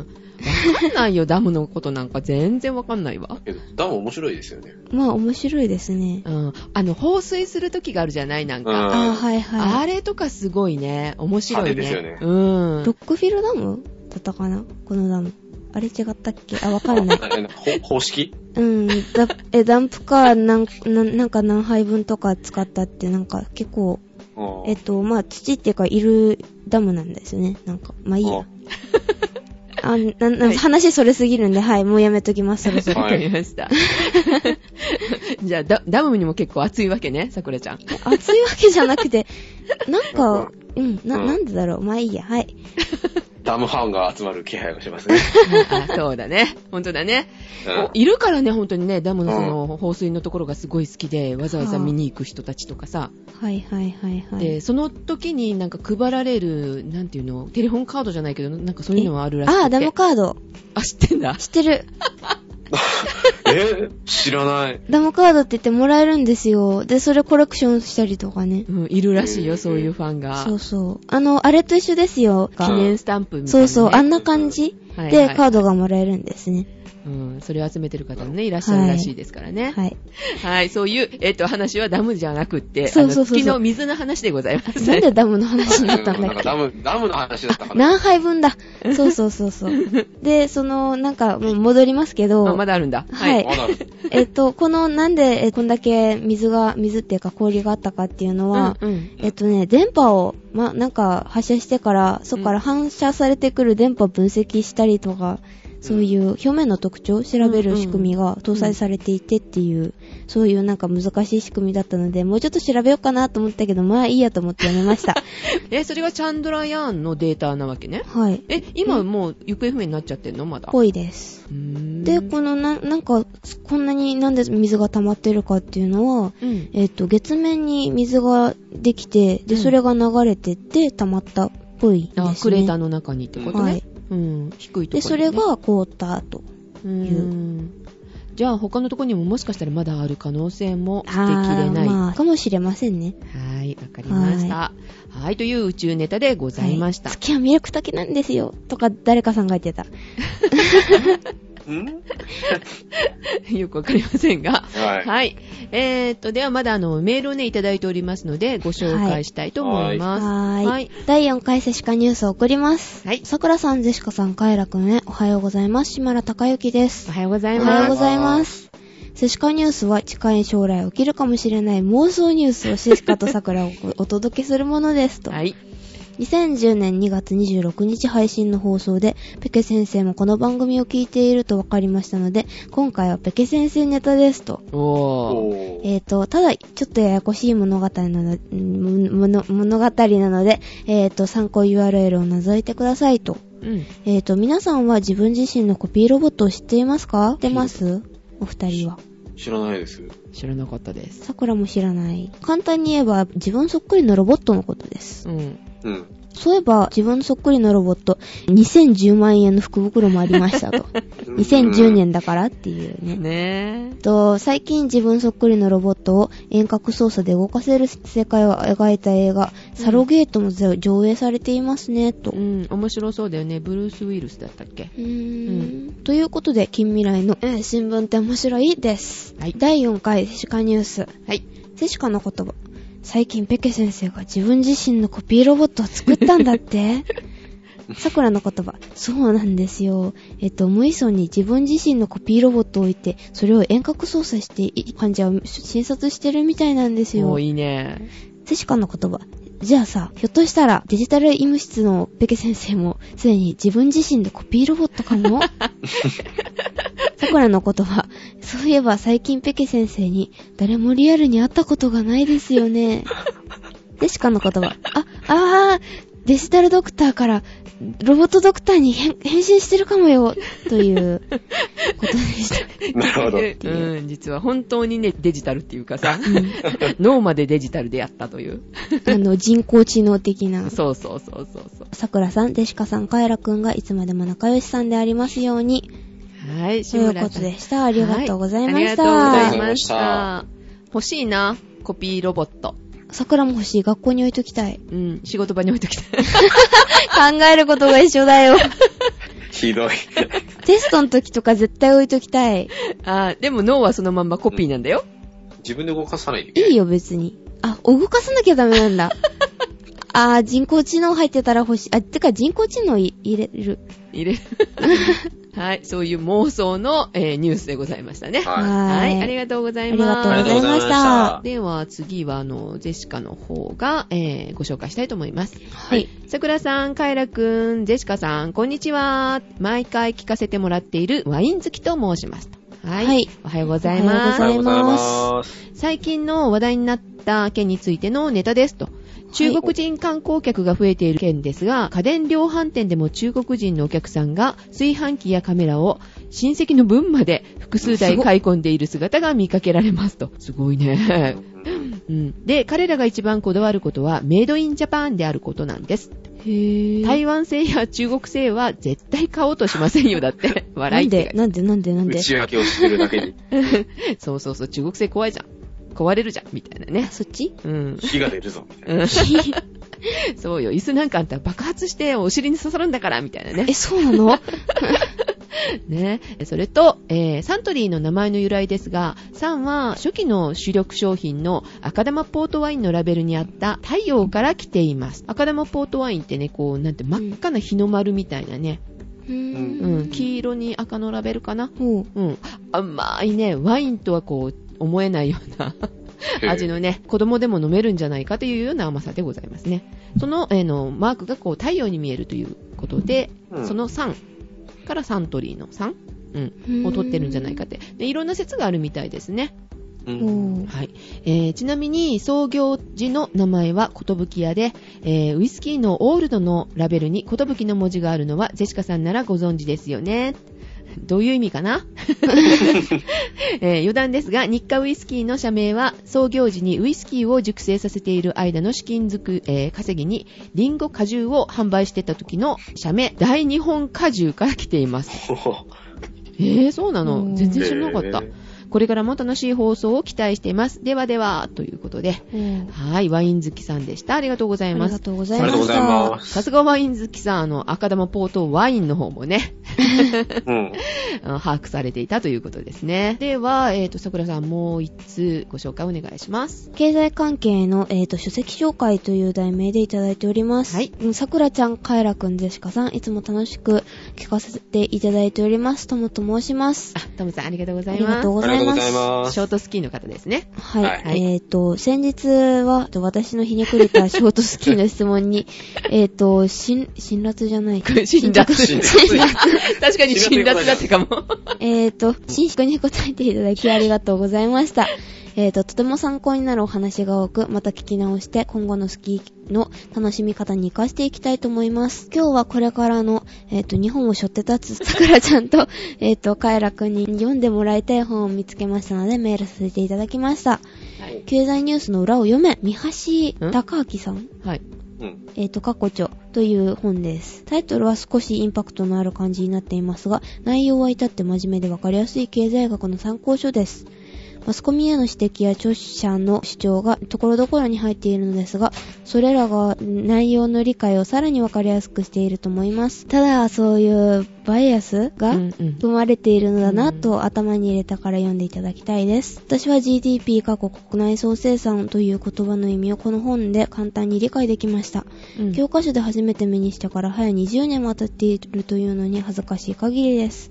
ん。わかんないよ、ダムのことなんか全然わかんないわ。けどダム面白いですよね。まあ、面白いですね。うん。あの、放水するときがあるじゃないなんうか。んあーはいはあい。れとかすごいね。面白いね。派手ですうんロ。ックフィルダムだったかなこのダム。あれ違ったっけあ、わかんない。 ほ方式うん。だえ、ダンプカーなんなんなんか何杯分とか使ったって、なんか結構、うんえっと、まあ、土っていうか、いるダムなんですよね。なんか、まあいいや。あ、な、な、はい話それすぎるんで、はい、もうやめときます、そろそろ。わかりました。 じゃあダ、ダムにも結構熱いわけね、さくらちゃん。熱いわけじゃなくて、なんか、うん、な、うんなんでだろう、まあいいや、はい。ダムファンが集まる気配がしますね。あ そうだね。本当だね。うんおいるからね、本当にね、ダムのその放水のところがすごい好きで、わざわざ見に行く人たちとかさ、はいはいはいはい。で、その時になんか配られる、なんていうの、テレホンカードじゃないけど、なんかそういうのはあるらしくて。ああ、ダムカード。あ、知ってんだ。知ってる。 え知らない。ダムカードって言ってもらえるんですよ。で、それコレクションしたりとかね。うん、いるらしいよ、そういうファンが。そうそう。あの、あれと一緒ですよ。記念スタンプみたいな、そね。うそう、あんな感じはいはいでカードがもらえるんですね。うん、それを集めてる方もね、いらっしゃるらしいですからね。はい。はい。そういう、えっ、と、話はダムじゃなくって、そうそうそうそうあの月の水の話でございます、なんでダムの話になったんだなっんかけダム、ダムの話だったかな。何杯分だ。そうそうそうそう。で、その、なんか、もう戻りますけあど、まだあるんだ。はいまだある えっと、この、なんで、えこんだけ水が、水っていうか氷があったかっていうのは、うんうんえっとね、電波を、ま、なんか発射してから、そこから反射されてくる電波を分析したりとか、そういう表面の特徴を調べる仕組みが搭載されていてっていう、そういうなんか難しい仕組みだったので、もうちょっと調べようかなと思ったけど、まあいいやと思ってやめま した。え、それがチャンドラヤーンのデータなわけね。はい。え、今もう行方不明になっちゃってんのまだ。ぽいです。うーんで、このな、なんか、こんなになんで水が溜まってるかっていうのは、うん。えっ、と、月面に水ができて、うで、んそれが流れてって溜まったっぽいですね。あ、クレーターの中にってことね。はいうん。低いところ、ね。で、それ、が凍った後。うーん。じゃあ他のところにももしかしたらまだある可能性も捨てきれない。あーまあ、かもしれませんね。はい、わかりました。はい、という宇宙ネタでございました。はい月はミルクだけなんですよ。とか、誰かさんが言ってた。ん よくわかりませんが。はい。はい。えーっと、ではまだあの、メールをね、いただいておりますので、ご紹介したいと思いはます。ーい。第4回セシカニュースを送ります。はいさくらさん、ゼシカさん、カエラくんへ、おはようございます。島田隆之ですお。はようございおます。はようございます。セシカニュースは近い将来起きるかもしれない妄想ニュースをセシカとさくらをお届けするものですと。はい。 2010年2月26日配信の放送で、ペケ先生もこの番組を聞いていると分かりましたので、今回はペケ先生ネタですと。おー。おーえーと、ただ、ちょっとややこしい物語なの、んもの物語なので、えーと、参考 URL を覗いてくださいと。うん。えーと、皆さんは自分自身のコピーロボットを知っていますか知ってますお二人は。知らないです。知らなかったです。桜も知らない。簡単に言えば、自分そっくりのロボットのことです。うん。うん。そういえば、自分そっくりのロボット、2010万円の福袋もありました と。2010年だからっていうね。ねえ。と最近自分そっくりのロボットを遠隔操作で動かせる世界を描いた映画、サロゲートも上映されていますね、と。うん、面白そうだよね。ブルース・ウィルスだったっけうーんということで、近未来の、えー新聞って面白いです。はい第4回、セシカニュース。はい。セシカの言葉。最近、ペケ先生が自分自身のコピーロボットを作ったんだってさくらの言葉。そうなんですよ。えっと、無意に自分自身のコピーロボットを置いて、それを遠隔操作してい、患者を診察してるみたいなんですもよう。いいね。セシカの言葉。じゃあさ、ひょっとしたら、デジタル医務室のペケ先生も、すでに自分自身でコピーロボットかもさくらの言葉。そういえば最近ペケ先生に、誰もリアルに会ったことがないですよね。セシカの言葉。あ、あー、デジタルドクターから、ロボットドクターに変変身してるかもよ、ということでした。 なるほど。うん、実は本当にね、デジタルっていうかさ、 脳までデジタルでやったという。あの、人工知能的な。そうそうそうそうそう。さくらさん、デシカさん、カエラくんがいつまでも仲良しさんでありますように、はい、というさんことでした。ありがとうございました。はいありがいとうございままししたた。欲しいな、コピーロボット。さくらも欲しい。学校に置いときたい。うん、仕事場に置いときたい。 考えることが一緒だよ。ひどい。 テストの時とか絶対置いときたい。あーでも脳はそのまんまコピーなんだよ。 自分で動かさないといけないいいよ、別に。あ、動かさなきゃダメなん だ。あー、人工知能入ってたら欲しい。あ、てか人工知能い入れる。入れる。はい、そういう妄想の、えーニュースでございましたね。はいはい、あありりがとうございます。がとうございましあた。では次はあのジェシカの方が、えーご紹介したいと思いますはい。さくらさんカエラくんジェシカさんこんにちは毎回聞かせてもらっているワイン好きと申しますはい、はいおはようございますおはようございますありがとうございます。最近の話題になっった件についてのネタですと。中国人観光客が増えている件ですが、家電量販店でも中国人のお客さんが炊飯器やカメラを親戚の分まで複数台買い込んでいる姿が見かけられますと。すごいね。うん。で、彼らが一番こだわることは、メイドインジャパンであることなんです。へぇ台湾製や中国製は絶対買おうとしませんよ、だって。笑いってなんで、なんで、なんで、なんで。内訳をしてるだけにそうそうそう、中国製怖いじゃん。壊れるじゃん、みたいなねあ。そっ ちうん。火が出るぞ、みたいな。うんそうよ、椅子なんかあんた爆発してお尻に刺さるんだから、みたいなねえ、。そうなのね。それと、えーサントリーの名前の由来ですが、サンは初期の主力商品の赤玉ポートワインのラベルにあった太陽から来ています。赤玉ポートワインってね、こう、なんて真っ赤な日の丸みたいなね。うー。うんん、黄色に赤のラベルかな。ほう。うん。甘いね、ワインとはこう、思えないような。味のね、子供でも飲めるんじゃないかというような甘さでございますね。その、えーのマークがこう太陽に見えるということで、うんその3からサントリーの3、うん、うを取ってるんじゃないかってで。いろんな説があるみたいですね。うーんん。ほう。はい。えーちなみに、創業時の名前は寿屋で、えーウイスキーのオールドのラベルに寿の文字があるのは、ジェシカさんならご存知ですよね。 どういう意味かな、 えー余談ですが、日課ウイスキーの社名は、創業時にウイスキーを熟成させている間の資金づく、えー稼ぎに、リンゴ果汁を販売してた時の社名、大日本果汁から来ています。えー、そうなうのん全然知らなかったへ。ーこれからも楽しい放送を期待しています。ではでは、ということで。はい、ワイン好きさんでした。ありがとうござあいりまがす。とうござあいりまがしとうた。ございまさす。すがワイン好きさん、あの、赤玉ポートワインの方もね、 うん。あの把握されていたということですね。では、えっ、と、桜さん、もう一通ご紹介お願いします。経済関係の、えー、と書籍紹介という題名でいただいております。はいうん。さくらちゃん、かえらくん、ジェシカさん、いつも楽しく聞かせていただいております。ともと申します。あ、トムさん、ありがとうござあいりまがすとう。ごあざりいうます。がとございますシ。ョートスキーの方ですね。はい。はいえっ、と、先日は、私のひねくれたショートスキーの質問に、 えっと、 新、辛辣じゃ ない。辛辣。辛辣辛辣 確かに辛辣だったかも。えっ、と、新宿に答えていただきありがとうございました。えっ、と、とても参考になるお話が多く、また聞き直して、今後のスキーの楽しみ方に活かしていきたいと思います。今日はこれからの、えっ、と、日本を背負って立つ桜ちゃんと、 えっ、と、カエラくんに読んでもらいたい本を見つけましたので、メールさせていただきました。はい。経済ニュースの裏を読め、三橋隆明さんはい。うん。えっ、と、過去帳という本です。タイトルは少しインパクトのある感じになっていますが、内容は至って真面目でわかりやすい経済学の参考書です。マスコミへの指摘や著者の主張が所々に入っているのですが、それらが内容の理解をさらにわかりやすくしていると思います。ただ、そういうバイアスがうんうん生まれているのだなと頭に入れたから読んでいただきたいです。私は GDP 過去国内総生産という言葉の意味をこの本で簡単に理解できました。うん教科書で初めて目にしてから早20年も経っているというのに恥ずかしい限りです。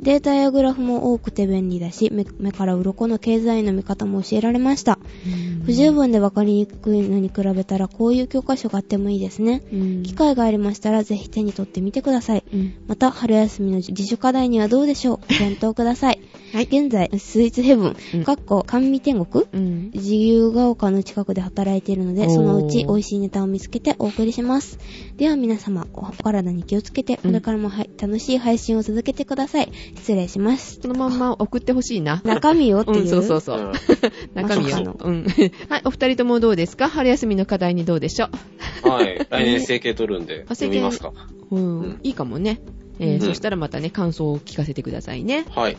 データやグラフも多くて便利だし、目目から鱗の経済の見方も教えられました。不十分で分かりにくいのに比べたらこういう教科書があってもいいですね。うん機会がありましたらぜひ手に取ってみてください。うんまた、春休みの自主課題にはどうでし ょうご検討ください。はい現在、スイーツヘブうんン、かっこ、甘味天国うん。自由が丘の近くで働いているのおで、ーそのうち美味しいネタを見つけてお送りします。では皆様、お体に気をつけて、これからもはい楽しい配信を続けてください。失礼します。そのまんま送ってほしいな。中身をっていう。うん、そうそうそう。中身まさかよの。うん。 はい、お二人ともどうですか春休みの課題にどうでしょはい。来年整形取るんで、あ整読形みますか。う、ううんん、いいかもね。えーうんそしたらまたね、感想を聞かせてくださいね。はい。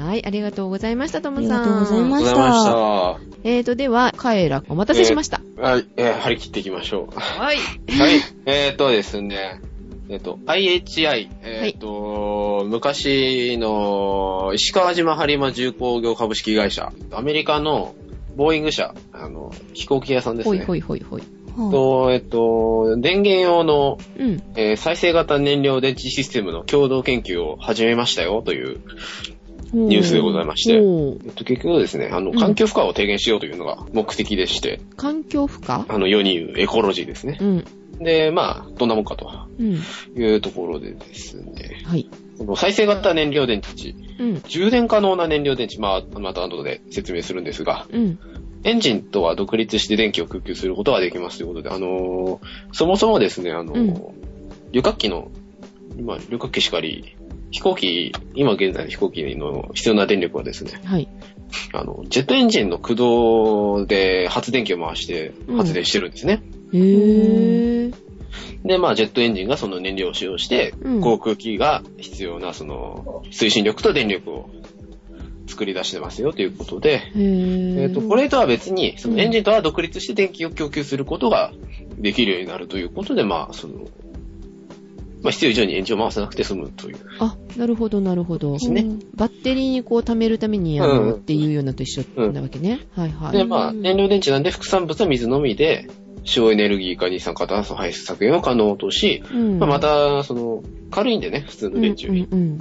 はい、ありがとうございました、ともさん。ありがとうございあまりしがたとうございましえーと、では、カエラ、お待たせしました。た。はい。えー張り切っていきましょう。 はい。はい。えっ、とですね。えっ、と、IHI。えっ、と、昔の石川島播磨重工業株式会社。アメリカのボーイング社。あの、飛行機屋さんですほいね。ほいほいほい。はと、えっ、と、電源用の、うん。えー再生型燃料電池システムの共同研究を始めましたよという、ニュースでございましておーえっと、結局ですね、あの、うん環境負荷を低減しようというのが目的でして、環境負荷あの、世に言うエコロジーですね。うん。で、まあ、どんなもんかとうん。いうところでですね、はい。この再生型燃料電池、うん。充電可能な燃料電池、まあ、また後で説明するんですが、うん。エンジンとは独立して電気を供給することはできますということで、あのーそもそもですね、あのーうん旅客機の、今、旅客機しかり、飛行機、今現在の飛行機の必要な電力はですね、はい。あの、ジェットエンジンの駆動で発電機を回してうん発電してるんですね。へぇー。で、まあ、ジェットエンジンがその燃料を使用して、うん航空機が必要なその推進力と電力を作り出してますよということで、へぇえー。ー、とこれとは別に、そうんのエンジンとは独立して電気を供給することができるようになるということで、まあ、その、まあ、必要以上にエンジンを回さなくて済むという。あ、なるほど、なるほど。すねうんバッテリーにこう貯めるためにやるうんっていうようなと一緒なわけね。はいはい。で、まあ、うん燃料電池なんで副産物は水のみで、省エネルギー化二酸化炭素排出削減を可能とし、うんまあ、また、その、軽いんでね、普通の電池より、うん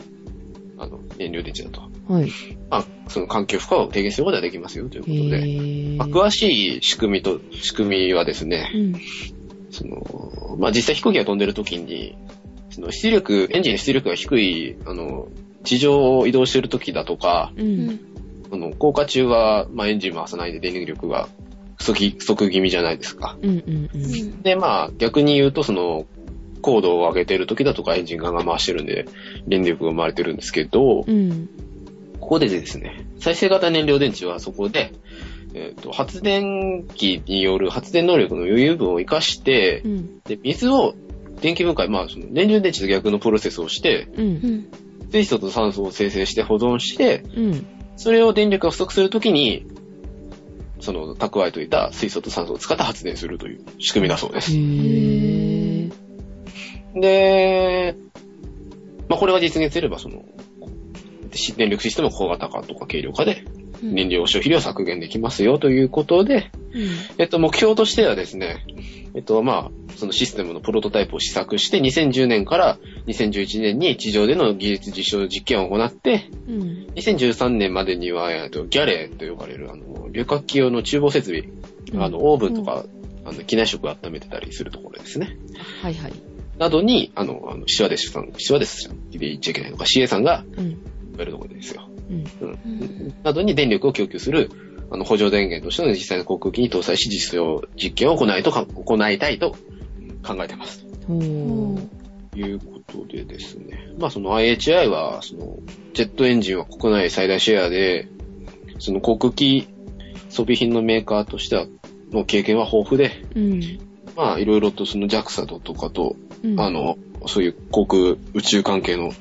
あの、燃料電池だと。うんうんはい。まあ、その環境負荷を低減することができますよということへで、ぇまあ、詳しい仕組みと、仕組みはですね、うん。その、まあ、実際飛行機が飛んでる時に、その出力、エンジンの出力が低い、あの、地上を移動してる時だとか、う。うんんあの、降下中は、まあ、エンジン回さないで電力が不足気、不足気味じゃないですか。うんうんうん。で、まあ、逆に言うと、その、高度を上げてる時だとかエンジンガンガン回してるんで、電力が生まれてるんですけど、うん。ここでですね、再生型燃料電池はそこで、えっ、と、発電機による発電能力の余裕分を活かしてう、ん。で、水を電気分解、まあ、その燃料電池と逆のプロセスをして、う。うんん水素と酸素を生成して保存して、うん。それを電力が不足するときに、その蓄えといた水素と酸素を使って発電するという仕組みだそうでへす。ぇー。で、まあ、これが実現すれば、その、し電力システムを小型化とか軽量化でうん燃料消費量を削減できますよということで、えっと、目標としてはですね、えっと、まあ、そのシステムのプロトタイプを試作して、2010年から2011年に地上での技術実証実験を行って、うん。 2013年までには、えっと、ギャレーと呼ばれる、あの、旅客機用の厨房設備、うんあの、オーブンとか、あの、機内食を温めてたりするところですね。はいはい。などに、あの、あのシワデシさん、シワデシさんで言っちゃいけないのか、CA さんがうん。やるところですよ。ううん。んなどに電力を供給する、あの、補助電源としての実際の航空機に搭載し、実証実験を行いとか、行いたいと考えてます。ほうんー。ということでですね。まあ、その IHI は、その、ジェットエンジンは国内最大シェアで、その航空機装備品のメーカーとしては、の経験は豊富で、うん。まあ、いろいろとその JAXA とかと、うんあ、の、そういう航空宇宙関係の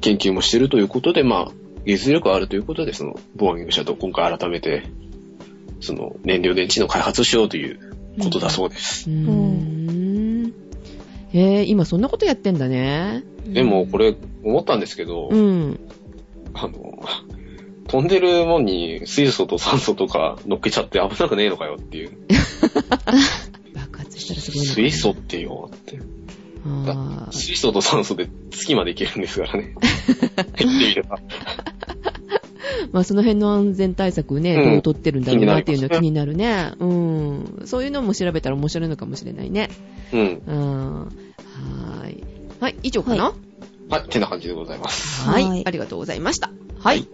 研究もしてるということで、まあ、技術力があるということで、その、ボーイング社と今回改めて、その、燃料電池の開発をしようということだそうです。うーん。へぇー、今そんなことやってんだね。でも、これ、思ったんですけど、うん。あの、飛んでるもんに水素と酸素とか乗っけちゃって危なくねえのかよっていう。爆発したらすごいのかな水素ってよって。あー水素と酸素で月まで行けるんですから ね。言ってみれば。まあその辺の安全対策ね、うんどう取ってるんだろうなっていうのは気になるね。うん。そういうのも調べたら面白いのかもしれないね。うん。うん。はーい。はい、以上かな、はい、てな感じでございます。 は。はいいありがとうございました。はい。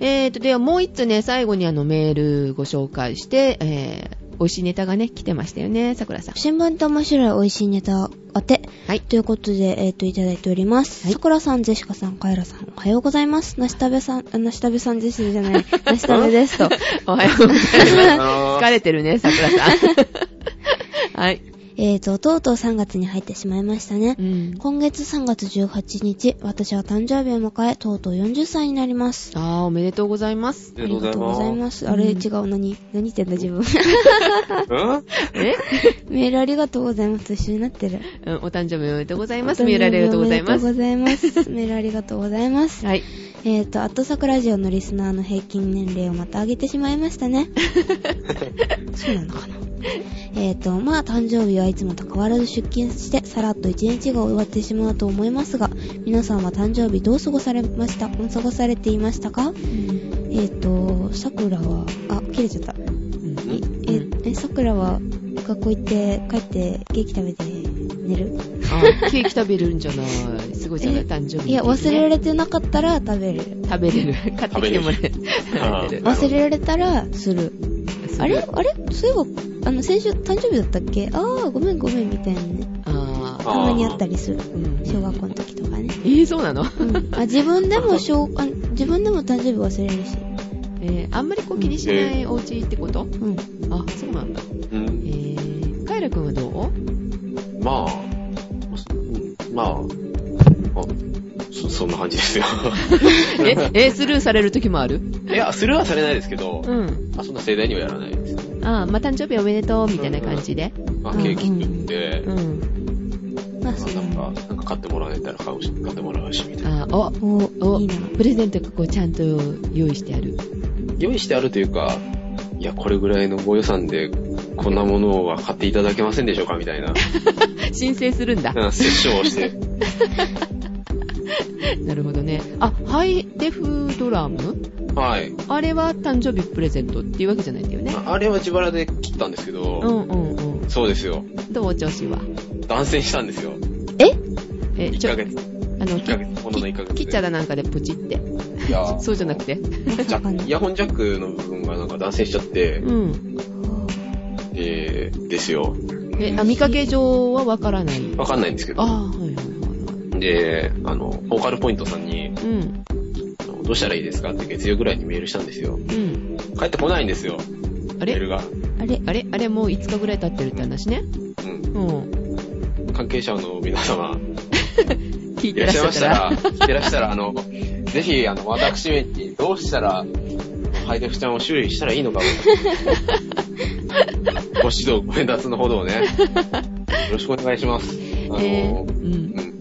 えーと、ではもう一つね、最後にあのメールご紹介して、えー、美味しいネタがね、来てましたよね、桜さん。新聞と面白い美味しいネタ当て。はいということで、えっ、と、いただいております。はいさくらさん、ジェシカさん、カエラさん、おはようございます。なしたべさん、あなしたべさんですじゃ ない、なしたべですと。おはようございます。 あ疲れてるね、桜さ ん。はい。えっと、とうとう3月に入ってしまいましたねう。ん。今月3月18日、私は誕生日を迎え、とうとう40歳になります。あー、おめでとうございます。ありがとうございます。あありれ、が違う、何何言ってんだ、自分。す。うんえ メールありがとうございます。一緒になってる。うんお誕生日おめでとうございます。三浦ありがとうございまおす。めでとうございます。メールありがとうございます。はい。えーと、アットサクラジオのリスナーの平均年齢をまた上げてしまいました ね。そうなのかな。えーと、まあ誕生日はいつもと変わらず出勤して、さらっと一日が終わってしまうと思いますが、皆さんは誕生日どう過ごされました過ごされていましたかえーと、さくらは、あ、切れちゃった。うんえ、え、さくらは学校行って帰ってケーキ食べて寝るあーケーキ食べるんじゃない。すごいじゃない、え誕生日、いや、忘れられてなかったら食べる。 食べれる。買ってきてもらべえる。れる食べれる忘れられたらする。すする。あれあれそういえば、あの、先週誕生日だったっけあー、ごめんごめんみたいなね。あたあ。まにあったりする。うん小学校の時とかね。えー、そうなの、うん。あ、自分でも小、あ自分でも誕生日忘れるし。えー、あんまりこう気にしないお家ってことうん。あ、そうなんだ。うんえー、カイラくんはどうまあ、うんまあ、あそそんな感じですよ。 え、えースルーされる時もある いや、スルーはされないですけど、うん。まあ、そんな盛大にはやらないです。ああ、まあ、誕生日おめでとうみたいな感じで。まあ、うんケーキ食って、うん。まあ、まそあ、うだなんかね。、なんか買ってもらえたら買うし、買ってもらうし、みたいな。ああ、お、お、おいいな。、プレゼントがこうちゃんと用意してある。用意してあるというか、いや、これぐらいのご予算で、こんなものは買っていただけませんでしょうかみた いな、申請するんだ。うん、接触をして。なるほどね。あ、ハイデフドラムはい。あれは誕生日プレゼントっていうわけじゃないんだよね。ああれは自腹で切ったんですけど、うんうんうん。そうですよ。どう調子は断線したんですよ。え、 1ヶ月。あの、 1ヶ月。ほんの1ヶ月で。切っちゃだなんかでプチって。いやそうじゃなくて。ジャックイヤホンジャックの部分がなんか断線しちゃって、うん。えー、ですよ。え、あ、見かけ上はわからない。わかんないんですけあど。あ、はいはいはいで、あの、ボーカルポイントさんに、はい。うん。あのどうしたらいいですかって月曜ぐらいにメールしたんですよ。うん。帰ってこないんですよ、あメールれが。あれあれあれもう5日ぐらい経ってるって話ね。うん。うん。関係者の皆様、聞いいらてらっっしゃしいゃっましたたら。ら、いらっしゃったら、あの、ぜひ、あの、私めにどうしたら、ハイデフちゃんを修理したらいいのかを、ご指導、ご伝達のほどをね、よろしくお願いします。あの、えー、うん。うん。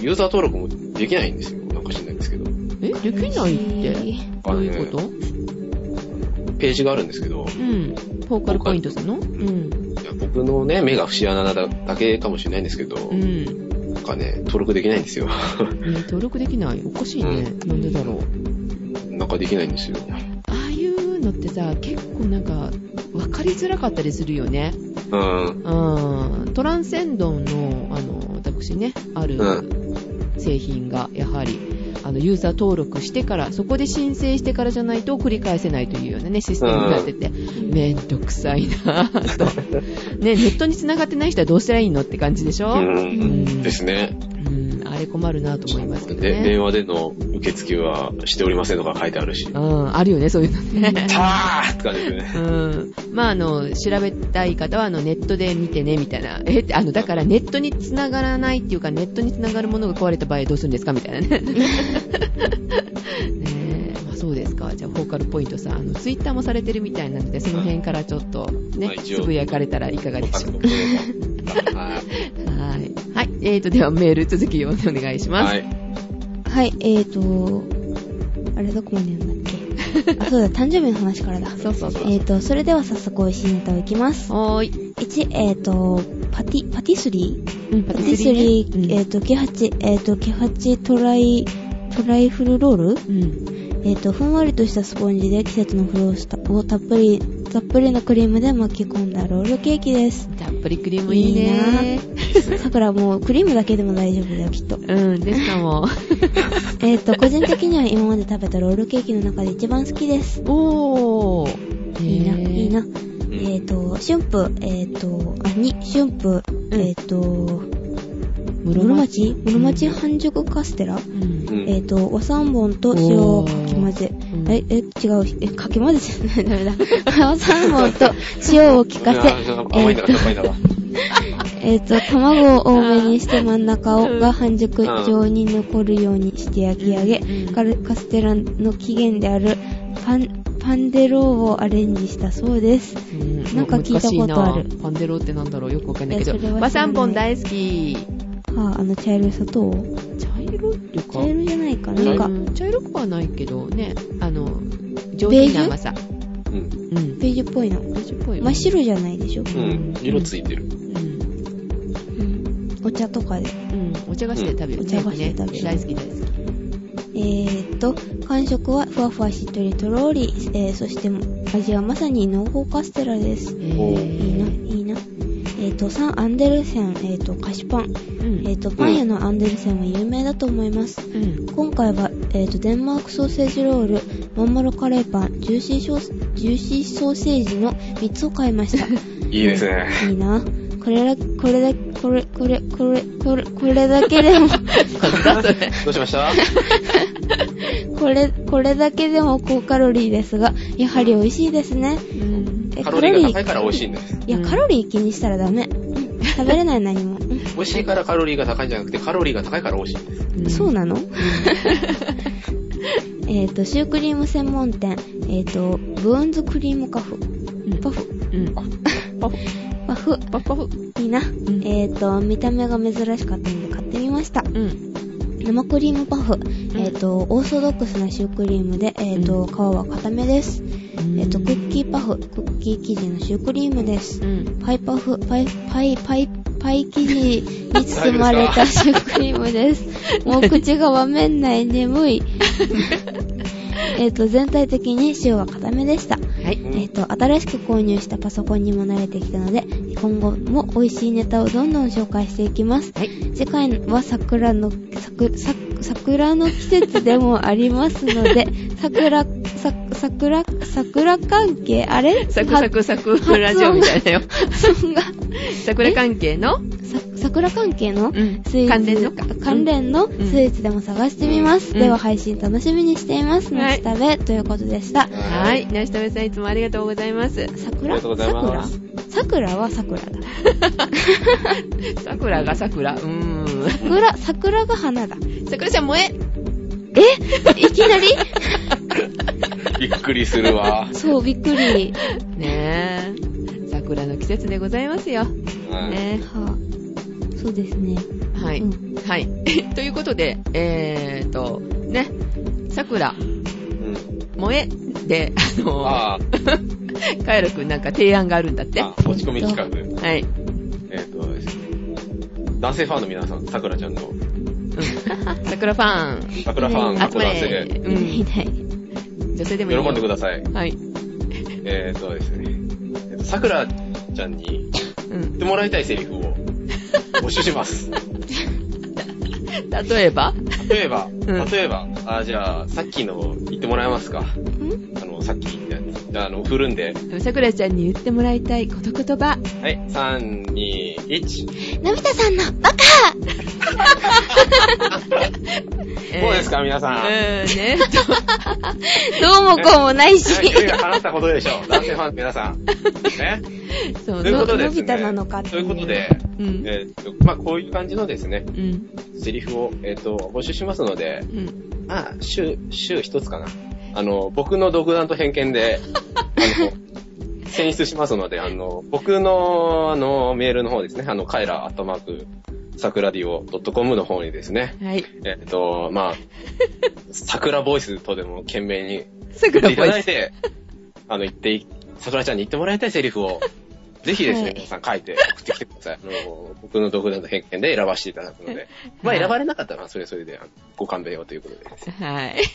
ユーザー登録もできないんですよ。なんか知んないんですけど。え、できないってどういうことページがあるんですけど、うん。ボーカルポイントさんのうん。いや僕のね、目が節穴なだだけかもしれないんですけど、うん。なんかね、登録できないんですよ。 ね登録できないおかしいね。なんでだろう。なんかできないんですよ。ああいうのってさ、結構なんか、わかりづらかったりするよね。うん。うん。トランセンドンの、あの、私ね、あるう製品が、やはり、あの、ユーザー登録してから、そこで申請してからじゃないと繰り返せないというようなね、システムになってて、めんどくさいなぁ と。ね、ネットに繋がってない人はどうしたらいいのって感じでしょ、ううん、ん。ですね。あれ困るなと思いますけどでね。電話での受付はしておりませんとか書いてあるし。うん、あるよね、そういうのね。たーって感じですね。うん。まあ、あの、調べたい方は、あの、ネットで見てね、みたいな。え、あの、だから、ネットに繋がらないっていうか、ネットに繋がるものが壊れた場合どうするんですかみたいな ね。ねえ、まあ、そうですか。じゃあ、フォーカルポイントさん、あの、ツイッターもされてるみたいなので、その辺からちょっと、ねまあ、一応つぶやかれたらいかがでしょうはいか。はい。はい。えーと、では、メール続き読んでお願いします。。はいい。はい、えーと、あれどこまで読んだっけあ、そうだ、誕生日の話からだ。そうそうそう。えーと、それでは早速美味しいネタをいきます。おーい。 1、えーと、パティ、パティスリーうん、パティスリうんー、えーと、ケハチ、えーと、ケハチトライ、トライフルロールうん。えーと、ふんわりとしたスポンジで季節のフロースタをたっぷり、たっぷりのクリームで巻き込んだロールケーキです。たっぷりクリームいいね。さくらもうクリ ームだけでも大丈夫だよ、きっと。うん、で、しかも。えっ、と、個人的には今まで食べたロールケーキの中で一番好きです。おー。いいな、へーいいな。うんえっ、と、春風、えっ、と、あ、に、春風、えっ、と、室町室町半熟カステラ、うんうんえっ、と、お三本と塩をかき混ぜお。ーえ、え、違う、え、かき混ぜじゃない、ダメだ。 お三本と塩を効かせ、甘いんだか、甘いんだか。えっ、と、卵を多めにして真ん中うをんが半熟うん状に残るようにして焼き上げうん、カルカステラの起源であるパン、パンデローをアレンジしたそうです。うんなんか聞いたことある難しいなパンデロってなんだろうよくわかんないけえそれは知ど。らない和三本大好き。はあ、あの茶色い砂糖茶色っていうか茶。色じゃないかうなんんか、茶色くはないけどね、あの、上品な甘さ。うん。うん。ベージュっぽいの。ベージュっぽいよ真ねっ白じゃないでしょ、うん。色ついてる。うん。お茶とかで。うん。お茶菓子で食べる。うんお茶菓子で食べるね大好き大好き。えーっと、感触はふわふわしっとりとろーり、えー、そして味はまさに濃厚カステラです。えいいな、ーいいな。えーっと、3、アンデルセン、えーっと、菓子パン。うんえっ、と、パン屋のアンデルセンは有名だと思います。うん。今回は、えっ、と、デンマークソーセージロール、まんまるカレーパン、ジューシーショー、ジューシーソーセージの3つを買いました。い いですね。いいな。これだ、これだ、これ、これ、これ、これ、これだけでも、 どうしましたこれ、これだけでも高カロリーですが、やはり美味しいですね。うん。えカロリーが高いから美味しいんです。いや、うんカロリー気にしたらダメ。食べれない何も。うん美味しいからカロリーが高いんじゃなくて、カロリーが高いから美味しいんです。そうなの えっと、シュークリーム専門店、えっ、と、ブーンズクリームカフ、うん。パフ、うん。パフ、パフ、パフ、パフ。いいな。んえっ、と、見た目が珍しかったので買ってみました。うん。生クリームパフ、えっ、と、オーソドックスなシュークリームで、えっ、と、うん皮は固めです。えっ、と、クッキーパフ、クッキー生地のシュークリームです。うん。パイパフ、パイ、パイ、パイ、パイ生地に包まれたシュークリームです。もう口がわめんない眠 い。えっと、全体的に塩は固めでした。はい。えっと、新しく購入したパソコンにも慣れてきたので、今後も美味しいネタをどんどん紹介していきます。はい。次回は桜の、桜、さ桜の季節でもありますので、 桜、さ桜、桜関係あれサクサクサクはラジオみたい だよ。発音が。桜関係のさ桜関係のうんスイーツ、関連のか関連のスイーツでも探してみます、うんでは配信楽しみにしていますはい夏食べということでしたは。。はいなしためさんいつもありがとうございます。桜ありがとうござい桜ます桜は桜だ桜が桜。うーん。桜桜が花だ桜ちゃん萌ええいきなりびっくりする わ。そうびっくり、ねえ。桜の季節でございますよ。はいねはあ、そうですねえ。はい。うんはい。ということで、えーと、ね、桜、うん萌えで、あの、あーカエルくんなんか提案があるんだって。あは、持ち込み企画。い。えっとですね、男性ファンの皆さん、桜ちゃんの、うん。桜ファン、桜ファン、うん男集まれ性、。いうないいん。ない女性でもいいよ。喜んでください。はい。えっとですね、えっと桜ちゃんにうん。言ってもらいたいセリフを募集し ます。例えば例えば、ん例えば、あ、じゃあ、さっきの言ってもらえますかんあの、さっき言ったやつ。あの、振るんで。桜ちゃんに言ってもらいたいこの言葉。はい、3、2、1。のび太さんのバカどうですか、皆さん。うーん、はいねえっと、どうもこうもないしいよいよ話したことでしょ う。男性ファンの皆さん。ね。そうということでのですびね。太なのかってといいううことで、うん。えっと、まあ、こういう感じのですね、うん。セリフを、えっと、募集しますので、うん。まあ、週、週一つかな。あの、僕の独断と偏見で、あの、 選出しますので、あの、僕の、あの、メールの方ですね、あの、カイラ、アットマーク、桜ディオ .com の方にですね、はい。えっと、まあ、桜ボイスとでも懸命に言って桜いボただイいス。て、あの、言ってい、桜ちゃんに言ってもらいたいセリフを、ぜひですはねい、皆さん書いて送ってきてください。あの、僕の独断と偏見で選ばせていただくので。まあ、選ばれなかったら、それはそれで、あのご勘弁をということで。はい。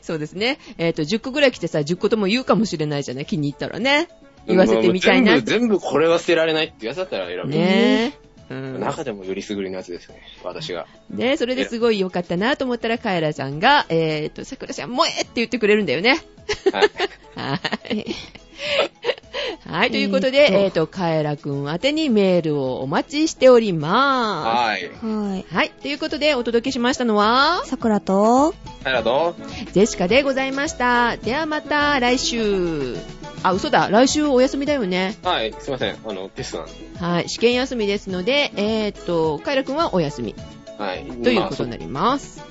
そうですね。えっ、と、10個ぐらい来てさ、10個とも言うかもしれないじゃない気に入ったらね。言わせてみたいな。うんもう全部、全部これは捨てられないってやつだったら選ぶ。ねえ。うん。中でもよりすぐりのやつですね。私が。ねそれですごい良かったなと思ったら、カエラさんが、えっ、と、桜ちゃん、萌えって言ってくれるんだよね。 はい。はい。はい、ということで、えっ、と、カエラくん宛てにメールをお待ちしておりまはい。はいす。はい、ということでお届けしましたのは、桜とはい、らどジェシカでございました。ではまた来週。あ、嘘だ。来週お休みだよね。うはい、すいません。あの、テストなんで。はい。試験休みですので、えーっと、カイラくんはお休みはい。ということになります。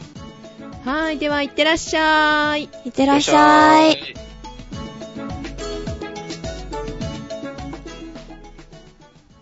はい。では、いってらっしゃい。いってらっしゃいい。